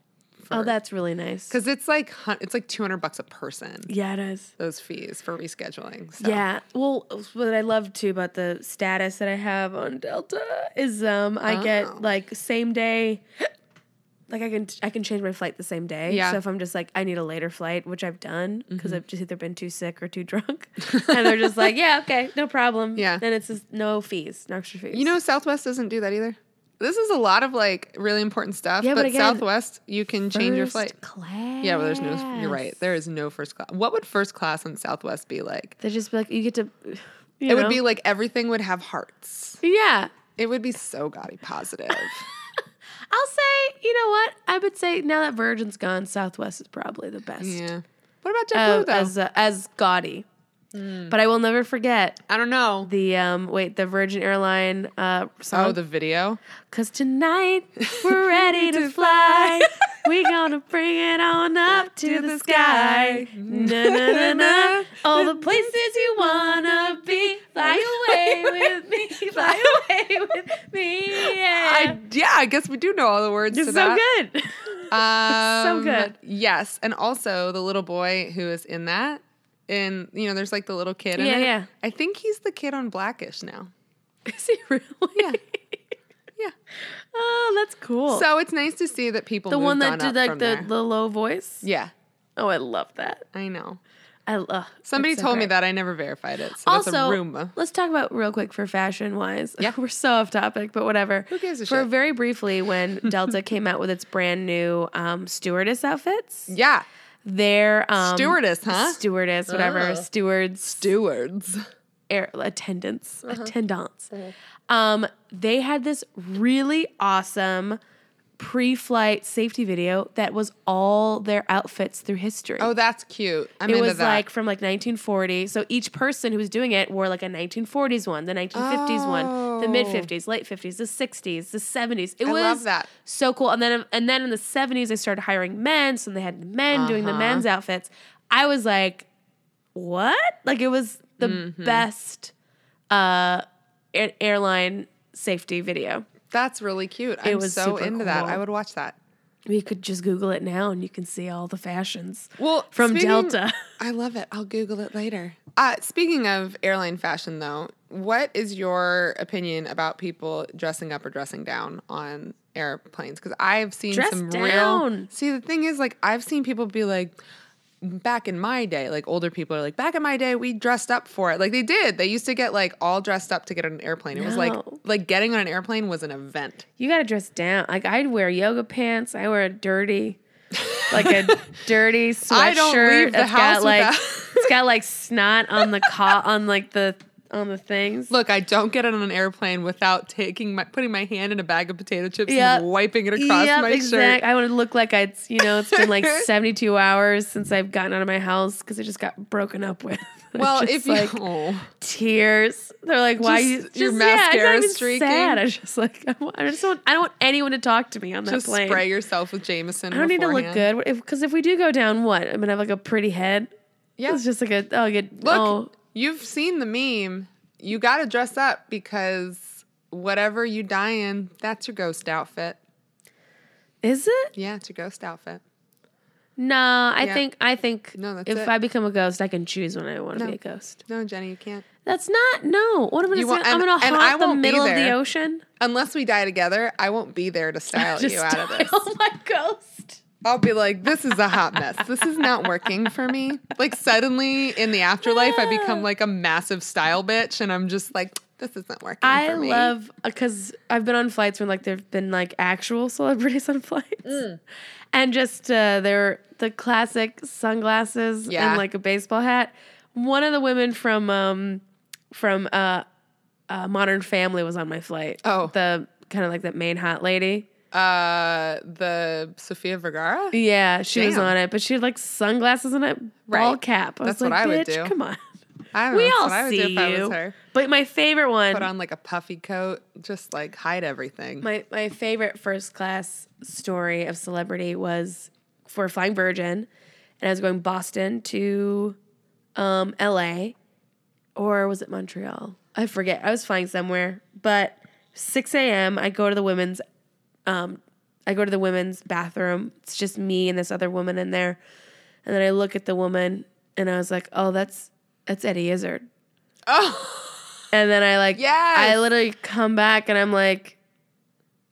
A: Oh, that's really nice.
B: Cuz it's like hun- it's like 200 bucks a person
A: yeah, it is.
B: those fees for rescheduling. So
A: Yeah. Well, what I love too about the status that I have on Delta is um I
B: Oh.
A: get like same day like I can I can change my flight the same day.
B: Yeah. Mm-hmm.
A: So if I'm just like I need a later flight, which I've done because I've just either been too sick or too drunk, and they're just like, yeah, okay, no problem.
B: Yeah.
A: Then it's just no fees, no extra fees.
B: You know Southwest doesn't do that either. This is a lot of like really important stuff,
A: Yeah,
B: but,
A: but again,
B: Southwest you can change your
A: First
B: flight.
A: Class.
B: Yeah, well, there's no. You're right. There is no first class. What would first class on Southwest be like?
A: They just be like you get to. You
B: it would be like everything would have hearts.
A: Yeah.
B: It would be so gaudy positive.
A: I'll say, you know what? I would say now that Virgin's gone, Southwest is probably the best.
B: yeah. What about JetBlue
A: uh,
B: though? Hmm.
A: as uh, as gaudy. But I will never forget
B: I don't know.
A: the um wait the Virgin Airline uh
B: oh,
A: song.
B: the video.
A: Cause tonight we're ready to fly. We gonna bring it on up to the sky. Na na na na. All the places you wanna be. Fly away with me. Fly away with me. Yeah.
B: I, yeah, I guess we do know all the words.
A: It's
B: to
A: so
B: that.
A: good.
B: Um,
A: good.
B: Yes, and also the little boy who is in that, and you know, there's like the little kid.
A: Yeah,
B: in it.
A: yeah.
B: I think he's the kid on Blackish now.
A: Is he really?
B: Yeah. Yeah.
A: Oh, that's cool.
B: So it's nice to see that people.
A: the
B: moved
A: one
B: on
A: that did
B: up
A: like
B: from
A: the,
B: there.
A: the low voice.
B: yeah,
A: Oh, I love that.
B: I know.
A: I love.
B: Somebody told me that I never verified it. So that's a
A: also,
B: rumor.
A: let's talk about real quick for fashion wise.
B: Yeah.
A: we're so off topic, but whatever.
B: Who gives a
A: for
B: shit?
A: very briefly, when Delta came out with its brand new um, stewardess outfits,
B: Yeah.
A: their um,
B: Stewardess, huh?
A: Stewardess, whatever,
B: Oh.
A: stewards,
B: Stewards.
A: air, attendants,
B: Uh-huh.
A: attendants. Um, they had this really awesome pre-flight safety video that was all their outfits through history.
B: Oh, that's cute. I'm
A: It
B: into
A: was
B: that.
A: like from like 1940. So each person who was doing it wore like a 1940s one, the 1950s one, the mid
B: Oh.
A: 50s, late 50s, the 60s, the 70s. It
B: I
A: was
B: love that.
A: so cool. And then and then in the 70s they started hiring men, so they had men doing the
B: Uh-huh.
A: men's outfits. I was like, what? Like it was the
B: Mm-hmm.
A: best uh air- airline safety video.
B: that's really cute. I'm
A: was
B: so
A: super
B: into that.
A: cool.
B: I would watch that.
A: We could just Google it now and you can see all the fashions
B: Well,
A: from
B: speaking-
A: Delta.
B: I love it. I'll Google it later. Uh, speaking of airline fashion, though, what is your opinion about people dressing up or dressing down on airplanes? Because I've seen
A: Dress
B: some real.
A: down.
B: See, the thing is, like, I've seen people be like, back in my day, like older people are like, back in my day, we dressed up for it. Like they did. They used to get like all dressed up to get on an airplane. It was like
A: No.
B: like getting on an airplane was an event.
A: You gotta dress down. Like I'd wear yoga pants. I wear a dirty, like a dirty sweatshirt.
B: I don't leave the
A: that's
B: house
A: got like
B: without-
A: it's got like snot on the co- on like the on the things.
B: Look, I don't get on an airplane without taking my putting my hand in a bag of potato chips
A: Yep.
B: and wiping it across
A: Yep,
B: my
A: exact-
B: shirt.
A: I want to look like I, you know, it's been like seventy two hours since I've gotten out of my house because I just got broken up with.
B: Well,
A: Just,
B: if you
A: like
B: oh.
A: tears, they're like, "Why
B: Just-
A: you,
B: your
A: just, yeah, it's not
B: mascara's
A: even
B: streaking.
A: Sad. I just like I, want, I just want I don't want anyone to talk to me on that
B: just
A: plane.
B: spray yourself with Jameson.
A: I don't need to look
B: beforehand.
A: good because if, we do go down, what I'm gonna have like a pretty head.
B: Yeah.
A: it's just like a oh, good
B: Look,
A: oh
B: you've seen the meme. You got to dress up because whatever you die in, that's your ghost outfit.
A: is it?
B: Yeah, it's your ghost outfit.
A: Nah, I
B: Yeah.
A: think I think
B: No, that's
A: if
B: it.
A: I become a ghost, I can choose when I want to
B: No.
A: be a ghost.
B: No, Jenny, you can't.
A: That's not no. What am I
B: You
A: gonna?
B: won't-
A: say? I'm
B: and-
A: gonna
B: and
A: haunt
B: I
A: the
B: won't be
A: middle of the
B: there.
A: ocean.
B: Unless we die together, I won't be there to style
A: Just
B: you out of this.
A: Oh my ghost.
B: I'll be like, this is a hot mess. This is not working for me. Like, suddenly in the afterlife, I become like a massive style bitch, and I'm just like, this isn't working
A: I
B: for me.
A: love because I've been on flights when like there've been like actual celebrities on flights,
B: Mm.
A: and just uh, they're the classic sunglasses
B: Yeah.
A: and like a baseball hat. One of the women from um, from uh, uh, Modern Family was on my flight.
B: Oh.
A: the kind of like that main hot lady.
B: uh, the Sofia Vergara.
A: Yeah, she was
B: Damn.
A: on it, but she had like sunglasses and a ball
B: Right.
A: cap. I
B: That's
A: was
B: what
A: like,
B: I
A: Bitch,
B: would do.
A: Come on,
B: I don't
A: we
B: know, that's
A: all
B: what I would do
A: see
B: if I was
A: you.
B: her.
A: But my favorite one.
B: Put on like a puffy coat, just like hide everything.
A: My my favorite first class story of celebrity was for Flying Virgin, and I was going Boston to um, L.A. or was it Montreal? I forget. I was flying somewhere, but 6 a.m. I go to the women's, um, I go to the women's bathroom. It's just me and this other woman in there, and then I look at the woman and I was like, oh, that's that's Eddie Izzard.
B: oh,
A: And then I like,
B: Yes.
A: I literally come back and I'm like,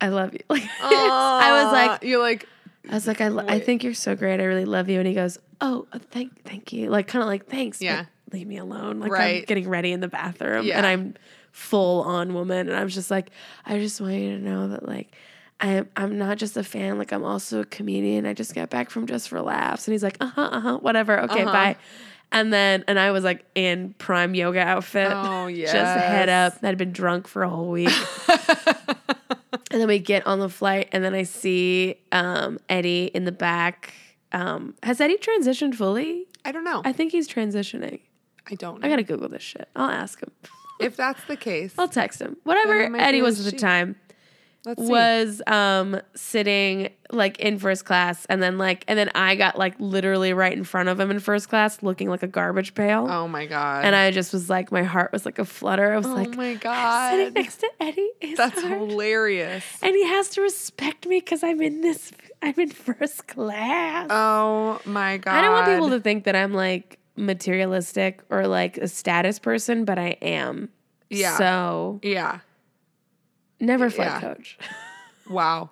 A: I love you. Like, I was like,
B: you're like,
A: I was like, I, lo- I
B: Wait.
A: think you're so great. I really love you. And he goes, Oh, uh, thank, thank you. Like, kind of like, thanks. but
B: Yeah.
A: leave me alone. Like, I'm
B: Right.
A: getting ready in the bathroom
B: Yeah.
A: and I'm full on woman. And I'm just like, I just want you to know that, like, I'm, I'm not just a fan. Like, I'm also a comedian. I just got back from Just for Laughs. And he's like, Uh huh, uh huh, whatever. Okay,
B: Uh-huh.
A: bye. And then, and I was like in prime yoga outfit.
B: Oh,
A: Just head
B: yes.
A: up. I'd been drunk for a whole week. And then we get on the flight, and then I see um, Eddie in the back. Um, has Eddie transitioned fully?
B: I don't know.
A: I think he's transitioning.
B: I don't
A: I
B: know.
A: gotta Google this shit. I'll ask him.
B: if that's the case,
A: I'll text him. Whatever
B: it might be
A: Eddie
B: a
A: was at the
B: she.
A: time
B: let's see.
A: was um, sitting like in first class, and then like, and then I got like literally right in front of him in first class, looking like a garbage pail.
B: Oh my god.
A: And I just was like, my heart was like a flutter. I was
B: oh
A: like,
B: my
A: sitting
B: god.
A: next to Eddie. Is
B: That's
A: hard.
B: hilarious.
A: and he has to respect me because I'm in this. I'm in first class.
B: Oh my god.
A: I don't want people to think that I'm like materialistic or like a status person, but I am.
B: Yeah.
A: So
B: Yeah.
A: never flight
B: Yeah.
A: coach.
B: Wow.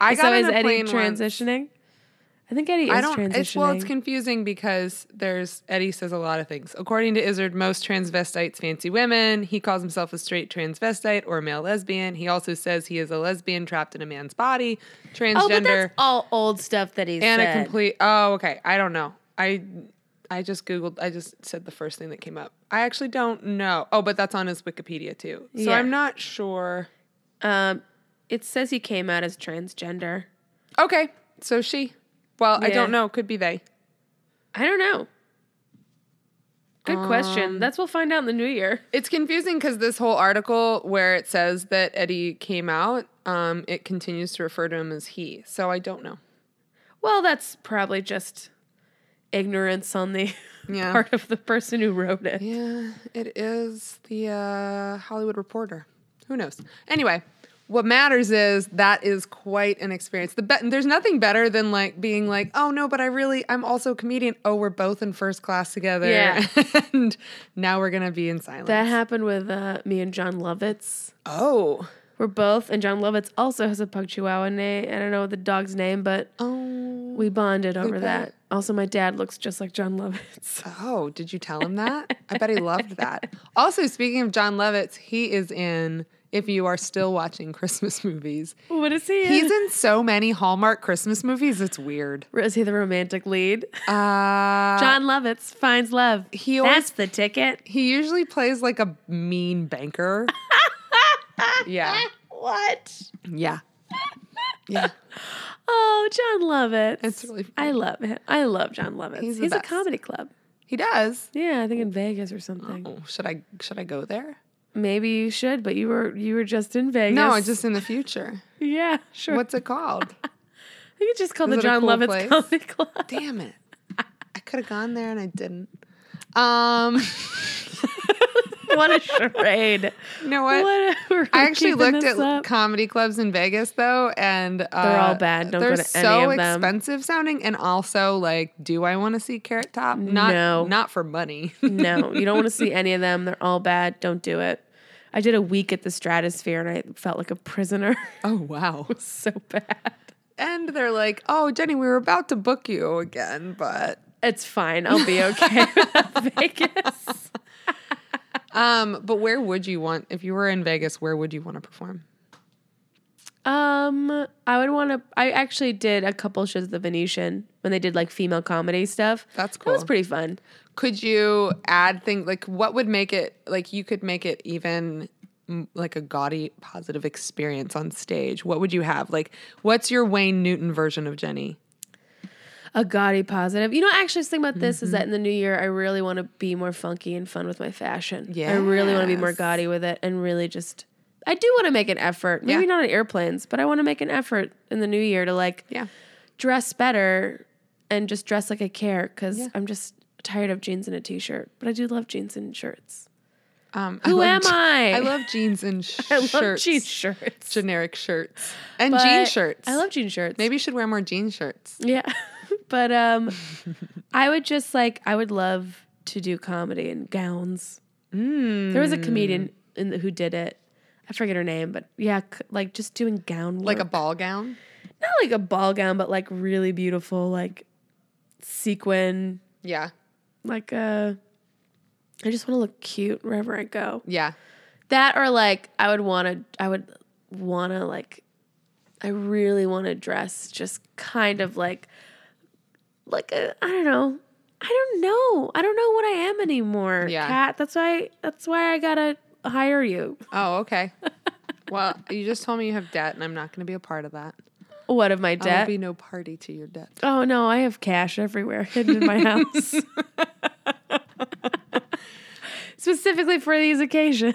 B: I got
A: so
B: on
A: is
B: a
A: Eddie
B: plane once.
A: transitioning? I I think Eddie is
B: I don't.
A: transitioning.
B: It's well, it's confusing because there's Eddie says a lot of things. According to Izzard, most transvestites fancy women. He calls himself a straight transvestite or male lesbian. He also says he is a lesbian trapped in a man's body,
A: oh, but
B: transgender,
A: that's all old stuff that he
B: and
A: said.
B: a complete. Oh, okay. I don't know. I I just googled. I just said the first thing that came up. I actually don't know. Oh, but that's on his Wikipedia too. So
A: Yeah.
B: I'm not sure.
A: um, it says he came out as transgender.
B: Okay, so she. Well, I
A: Yeah.
B: don't know. Could be they.
A: I don't know. Good question. That's we'll find out in the new year.
B: It's confusing because this whole article where it says that Eddie came out, um, it continues to refer to him as he. So I don't know.
A: Well, that's probably just ignorance on the
B: Yeah.
A: part of the person who wrote it.
B: Yeah, it is the uh, Hollywood Reporter. Who knows? Anyway, what matters is that is quite an experience. The be- there's nothing better than like being like, oh no, but I really I'm also a comedian. Oh, we're both in first class together,
A: Yeah.
B: and now we're gonna be in silence.
A: That happened with uh, me and John Lovitz.
B: oh,
A: We're both, and John Lovitz also has a pug chihuahua name. I don't know the dog's name, but
B: oh,
A: we bonded over
B: bet.
A: that. Also, my dad looks just like John Lovitz.
B: Oh, did you tell him that? I bet he loved that. Also, speaking of John Lovitz, he is in, if you are still watching Christmas movies,
A: What is he?
B: he's in so many Hallmark Christmas movies. It's weird.
A: is he the romantic lead?
B: Uh,
A: John Lovitz finds love.
B: he always-
A: That's the ticket.
B: he usually plays like a mean banker. yeah.
A: What?
B: Yeah. Yeah.
A: Oh, John Lovitz.
B: It's really
A: I love him. I love John Lovitz.
B: He's
A: He's,
B: the
A: a
B: best.
A: comedy club.
B: He does.
A: Yeah, I think in Vegas or something.
B: Oh, should I should I go there?
A: Maybe you should, but you were you were just in Vegas.
B: No, just in the future.
A: yeah, sure.
B: What's it called?
A: I think it's just called
B: Is
A: the
B: it a
A: John
B: cool
A: Lovitz
B: place?
A: Comedy Club.
B: Damn it. I could have gone there and I didn't. Um
A: what a charade!
B: You know what?
A: What? a- we're
B: I actually
A: keeping
B: looked
A: this
B: at
A: up.
B: comedy clubs in Vegas though, and uh,
A: They're all bad. Don't go
B: they're
A: to any
B: so
A: of them.
B: expensive sounding, and also like, do I want to see Carrot Top? Not,
A: No.
B: not for money.
A: no, you don't want to see any of them. They're all bad. Don't do it. I did a week at the Stratosphere and I felt like a prisoner.
B: oh wow!
A: so bad.
B: And they're like, oh Jenny, we were about to book you again, but
A: It's fine. I'll be okay with Vegas.
B: um, but where would you want if you were in Vegas? Where would you want to perform?
A: Um, I would want to. I actually did a couple shows at the Venetian when they did like female comedy stuff.
B: That's
A: That was
B: cool.
A: pretty fun.
B: Could you add things like what would make it like you could make it even mm, like a gaudy positive experience on stage? What would you have? Like, what's your Wayne Newton version of Jenny?
A: A gaudy positive. You know, actually, I was thinking about this
B: Mm-hmm.
A: is that in the new year, I really want to be more funky and fun with my fashion. I really want to be more
B: Yes.
A: gaudy with it and really just. I do want to make an effort. Maybe
B: Yeah.
A: not on airplanes, but I want to make an effort in the new year to like
B: Yeah.
A: dress better and just dress like I care because
B: Yeah.
A: I'm just tired of jeans and a t-shirt. But I do love jeans and shirts.
B: Um,
A: Who am
B: love je-
A: I?
B: I love jeans and shirts.
A: I love jean shirts.
B: Generic shirts. And
A: But
B: jean shirts.
A: I love jean shirts.
B: Maybe you should wear more jean shirts.
A: Yeah. but um I would just like I would love to do comedy in gowns.
B: Mm.
A: There was a comedian in the, who did it. I forget her name, but yeah, c- like just doing gown work.
B: Like a ball gown.
A: not like a ball gown, but like really beautiful like sequin
B: Yeah.
A: like uh I just want to look cute wherever I go.
B: Yeah.
A: That or like I would want to I would want to like I really want to dress just kind of like like a, I don't know. I don't know. I don't know what I am anymore.
B: Yeah.
A: Kat. That's why that's why I got to hire you.
B: Oh, okay. well, you just told me you have debt, and I'm not going to be a part of that.
A: What of my
B: I will
A: debt?
B: be no party to your debt.
A: oh no, I have cash everywhere hidden in my house. Specifically for these occasions.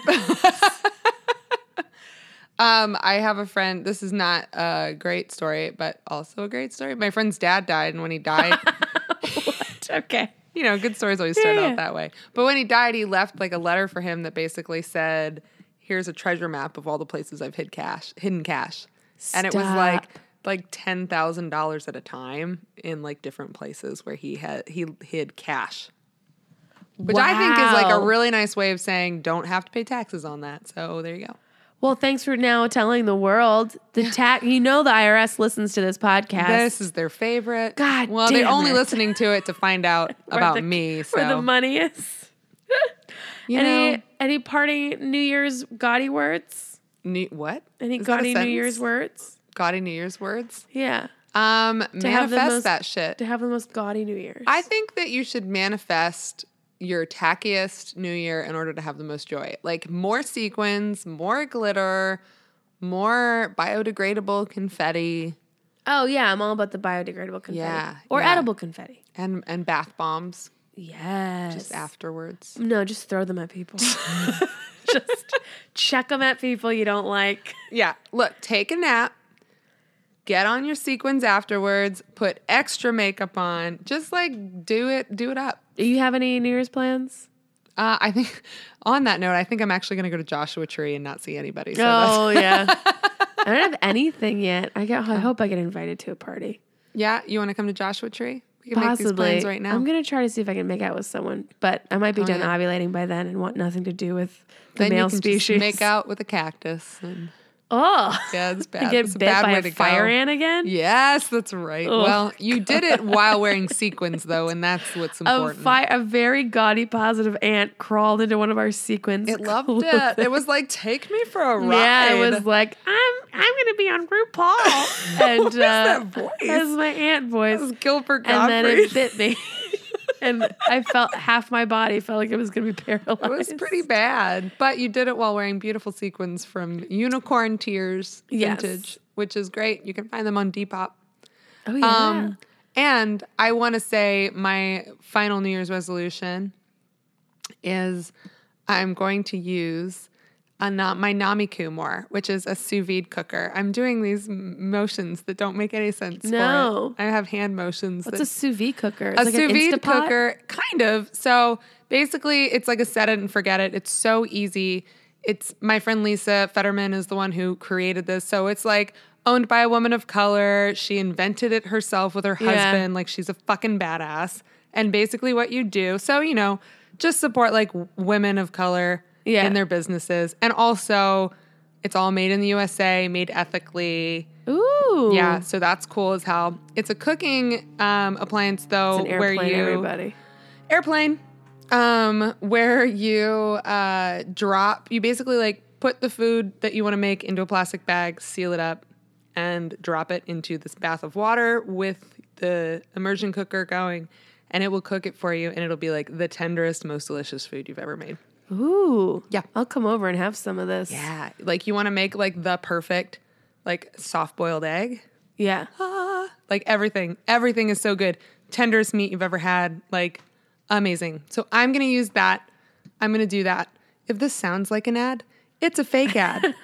B: Um, I have a friend. This is not a great story, but also a great story. My friend's dad died, and when he died,
A: what? Okay.
B: you know, good stories always start
A: Yeah, yeah.
B: out that way. But when he died, he left like a letter for him that basically said, "Here's a treasure map of all the places I've hid cash, hidden cash," and it was like
A: Stop.
B: like ten thousand dollars at a time in like different places where he had he hid cash, which I think is like a
A: Wow.
B: really nice way of saying don't have to pay taxes on that. So there you go.
A: Well, thanks for now telling the world. The tax, you know, the IRS listens to this podcast.
B: This is their favorite.
A: God
B: Well, they're
A: damn
B: only
A: it.
B: listening to it to find out
A: Where
B: about
A: the-
B: me. So
A: where the money is.
B: you
A: any
B: know,
A: any parting New Year's gaudy words?
B: new, what?
A: Any
B: Is that a
A: gaudy New
B: sentence?
A: Year's words?
B: Gaudy New Year's words.
A: Yeah,
B: Um,
A: have the
B: manifest
A: most-
B: that shit.
A: to have the most gaudy New Year's.
B: I think that you should manifest your tackiest New Year in order to have the most joy. Like more sequins, more glitter, more biodegradable confetti,
A: oh yeah, I'm all about the biodegradable confetti
B: Yeah,
A: or
B: yeah.
A: edible confetti.
B: and and bath bombs
A: Yes.
B: just afterwards.
A: No, just throw them at people. just chuck them at people you don't like.
B: Yeah. Look, take a nap. Get on your sequins afterwards. Put extra makeup on. Just like do it, do it up.
A: Do you have any New Year's plans?
B: Uh, I think on that note, I think I'm actually going to go to Joshua Tree and not see anybody. So that's-
A: oh yeah. I don't have anything yet. I got. I hope I get invited to a party.
B: yeah, you want to come to Joshua Tree? We can
A: Possibly.
B: make these plans right now. Oh,
A: I'm gonna try to see if I can make out with someone, but I might be done
B: yeah.
A: ovulating by then and want nothing to do with the
B: then
A: male
B: you can
A: species.
B: just make out with a cactus. And,
A: Oh,
B: yeah, it's
A: I
B: bad.
A: get
B: it's a
A: bit
B: bad
A: by
B: way
A: a
B: to
A: fire
B: go.
A: ant again.
B: Yes, that's right.
A: Oh,
B: well, you did it while wearing sequins though, and that's what's
A: A,
B: important.
A: fi- a very gaudy positive ant crawled into one of our sequins.
B: it loved it. It was like, take me for a ride.
A: Yeah, it was like I'm I'm gonna be on RuPaul, and uh,
B: What is that voice?
A: that was my aunt voice,
B: It was
A: and
B: Gilbert Godfrey.
A: then it bit me, and I felt half my body felt like it was gonna be paralyzed.
B: It was pretty bad, but you did it while wearing beautiful sequins from Unicorn Tears
A: Yes.
B: Vintage, which is great. You can find them on Depop.
A: Oh yeah.
B: Um, and I want to say my final New Year's resolution is I'm going to use a na- my Namiku more, which is a sous vide cooker. I'm doing these m- motions that don't make any sense. for it.
A: No.
B: I have hand motions.
A: What's
B: that
A: a sous vide cooker? It's
B: a
A: like an
B: sous vide
A: Instapot?
B: cooker, kind of. So basically, it's like a set it and forget it. It's so easy. It's my friend Lisa Fetterman is the one who created this. So it's like owned by a woman of color. She invented it herself with her
A: Yeah.
B: husband. Like she's a fucking badass. And basically, what you do, so you know, just support like w- women of color
A: Yeah.
B: in their businesses, and also. It's all made in the USA, made ethically.
A: Ooh.
B: Yeah, so that's cool as hell. It's a cooking um, appliance though,
A: An
B: where
A: airplane,
B: you
A: everybody.
B: airplane um where you uh drop you basically like put the food that you want to make into a plastic bag seal it up and drop it into this bath of water with the immersion cooker going and it will cook it for you and it'll be like the tenderest most delicious food you've ever made
A: Ooh.
B: Yeah.
A: I'll come over and have some of this.
B: yeah like you want to make like the perfect like soft boiled egg
A: Yeah.
B: ah, like everything everything is so good tenderest meat you've ever had like amazing so i'm gonna use that i'm gonna do that if this sounds like an ad it's a fake ad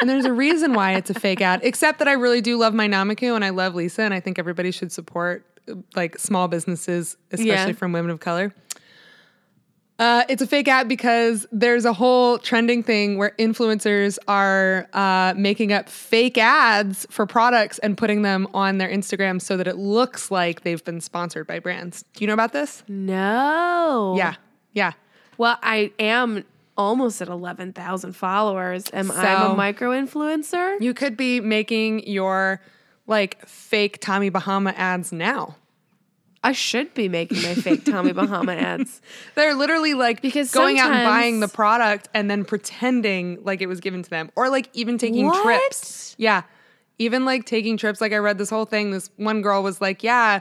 B: and there's a reason why it's a fake ad except that i really do love my namaku and i love lisa and i think everybody should support uh, like small businesses especially
A: Yeah.
B: from women of color uh, it's a fake ad because there's a whole trending thing where influencers are uh, making up fake ads for products and putting them on their Instagram so that it looks like they've been sponsored by brands. Do you know about this?
A: No.
B: Yeah. Yeah.
A: Well, I am almost at 11,000 followers. Am I a
B: So-
A: micro influencer?
B: You could be making your like fake Tommy Bahama ads now.
A: I should be making my fake Tommy Bahama ads.
B: They're literally like
A: Because
B: going out and buying the
A: sometimes-
B: product and then pretending like it was given to them, or like even taking
A: What?
B: trips. Yeah, even like taking trips. Like I read this whole thing. This one girl was like, "Yeah,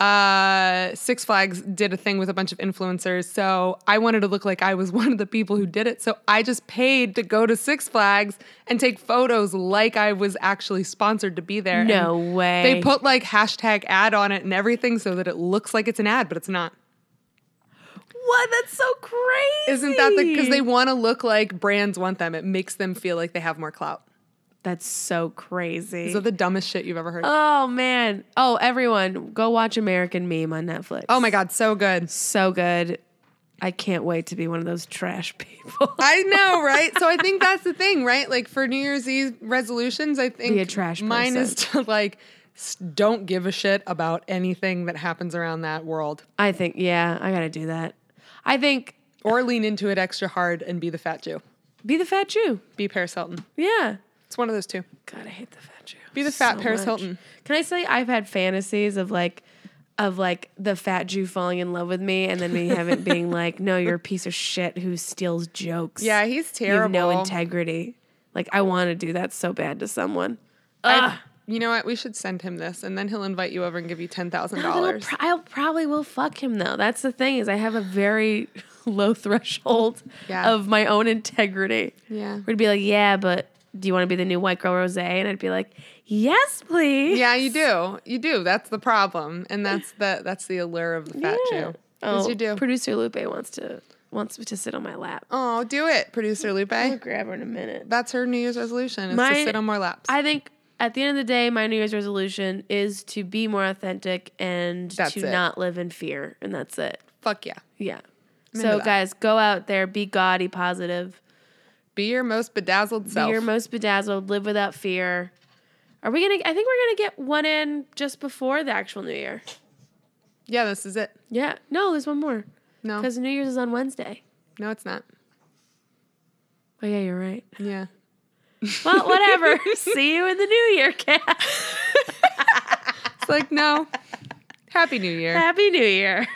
B: uh, Six Flags did a thing with a bunch of influencers, so I wanted to look like I was one of the people who did it. So I just paid to go to Six Flags and take photos like I was actually sponsored to be there.
A: No
B: And
A: way.
B: They put like hashtag ad on it and everything so that it looks like it's an ad, but it's not."
A: What? That's so crazy.
B: Isn't that the because they want to look like brands want them? It makes them feel like they have more clout.
A: That's so crazy.
B: These are the dumbest shit you've ever heard.
A: oh, man. Oh, everyone, go watch American Meme on Netflix.
B: oh my god, so good.
A: so good. I can't wait to be one of those trash people.
B: I know, right? So I think that's the thing, right? Like for New Year's Eve resolutions, I think
A: Be a trash
B: mine is to like s- don't give a shit about anything that happens around that world
A: I think, yeah, I gotta do that. I think,
B: or lean into it extra hard and be the fat Jew.
A: Be the fat Jew.
B: Be Paris Hilton.
A: Yeah.
B: It's one of those two.
A: God, I hate the fat Jew.
B: Be the fat Paris
A: much.
B: Hilton.
A: Can I say I've had fantasies of like of like the fat Jew falling in love with me and then me having being like, No, you're a piece of shit who steals jokes.
B: Yeah, he's
A: You have
B: terrible.
A: no integrity. Like I want to do that so bad to someone.
B: I- you know what? We should send him this, and then he'll invite you over and give you ten thousand
A: I'll,
B: dollars.
A: pro- I'll probably will fuck him though. That's the thing is I have a very low threshold
B: Yeah.
A: of my own integrity.
B: Yeah.
A: We'd be like, yeah, but do you want to be the new white girl rose? And I'd be like, yes, please.
B: Yeah, you do. You do. That's the problem, and that's the that's the allure of the fat Jew. Because
A: Oh,
B: you do.
A: Producer Lupe wants to wants to sit on my lap.
B: oh, do it, producer
A: I'll
B: Lupe.
A: grab her in a minute.
B: That's her New Year's resolution: is
A: My-
B: to sit on more laps.
A: I think at the end of the day, my New Year's resolution is to be more authentic and
B: That's
A: to
B: it.
A: not live in fear, and that's it.
B: Fuck yeah.
A: Yeah.
B: into
A: so
B: that.
A: guys, go out there, be gaudy, positive,
B: Be your most bedazzled self.
A: be your most bedazzled, live without fear. Are we gonna? I think we're gonna get one in just before the actual New Year.
B: yeah, this is it.
A: Yeah. Oh. No, there's one more
B: No,
A: because New Year's is on Wednesday.
B: no, it's not.
A: Oh yeah, you're right.
B: Yeah.
A: Well, whatever. See you in the New Year, cat.
B: It's like no. Happy New Year.
A: Happy New Year.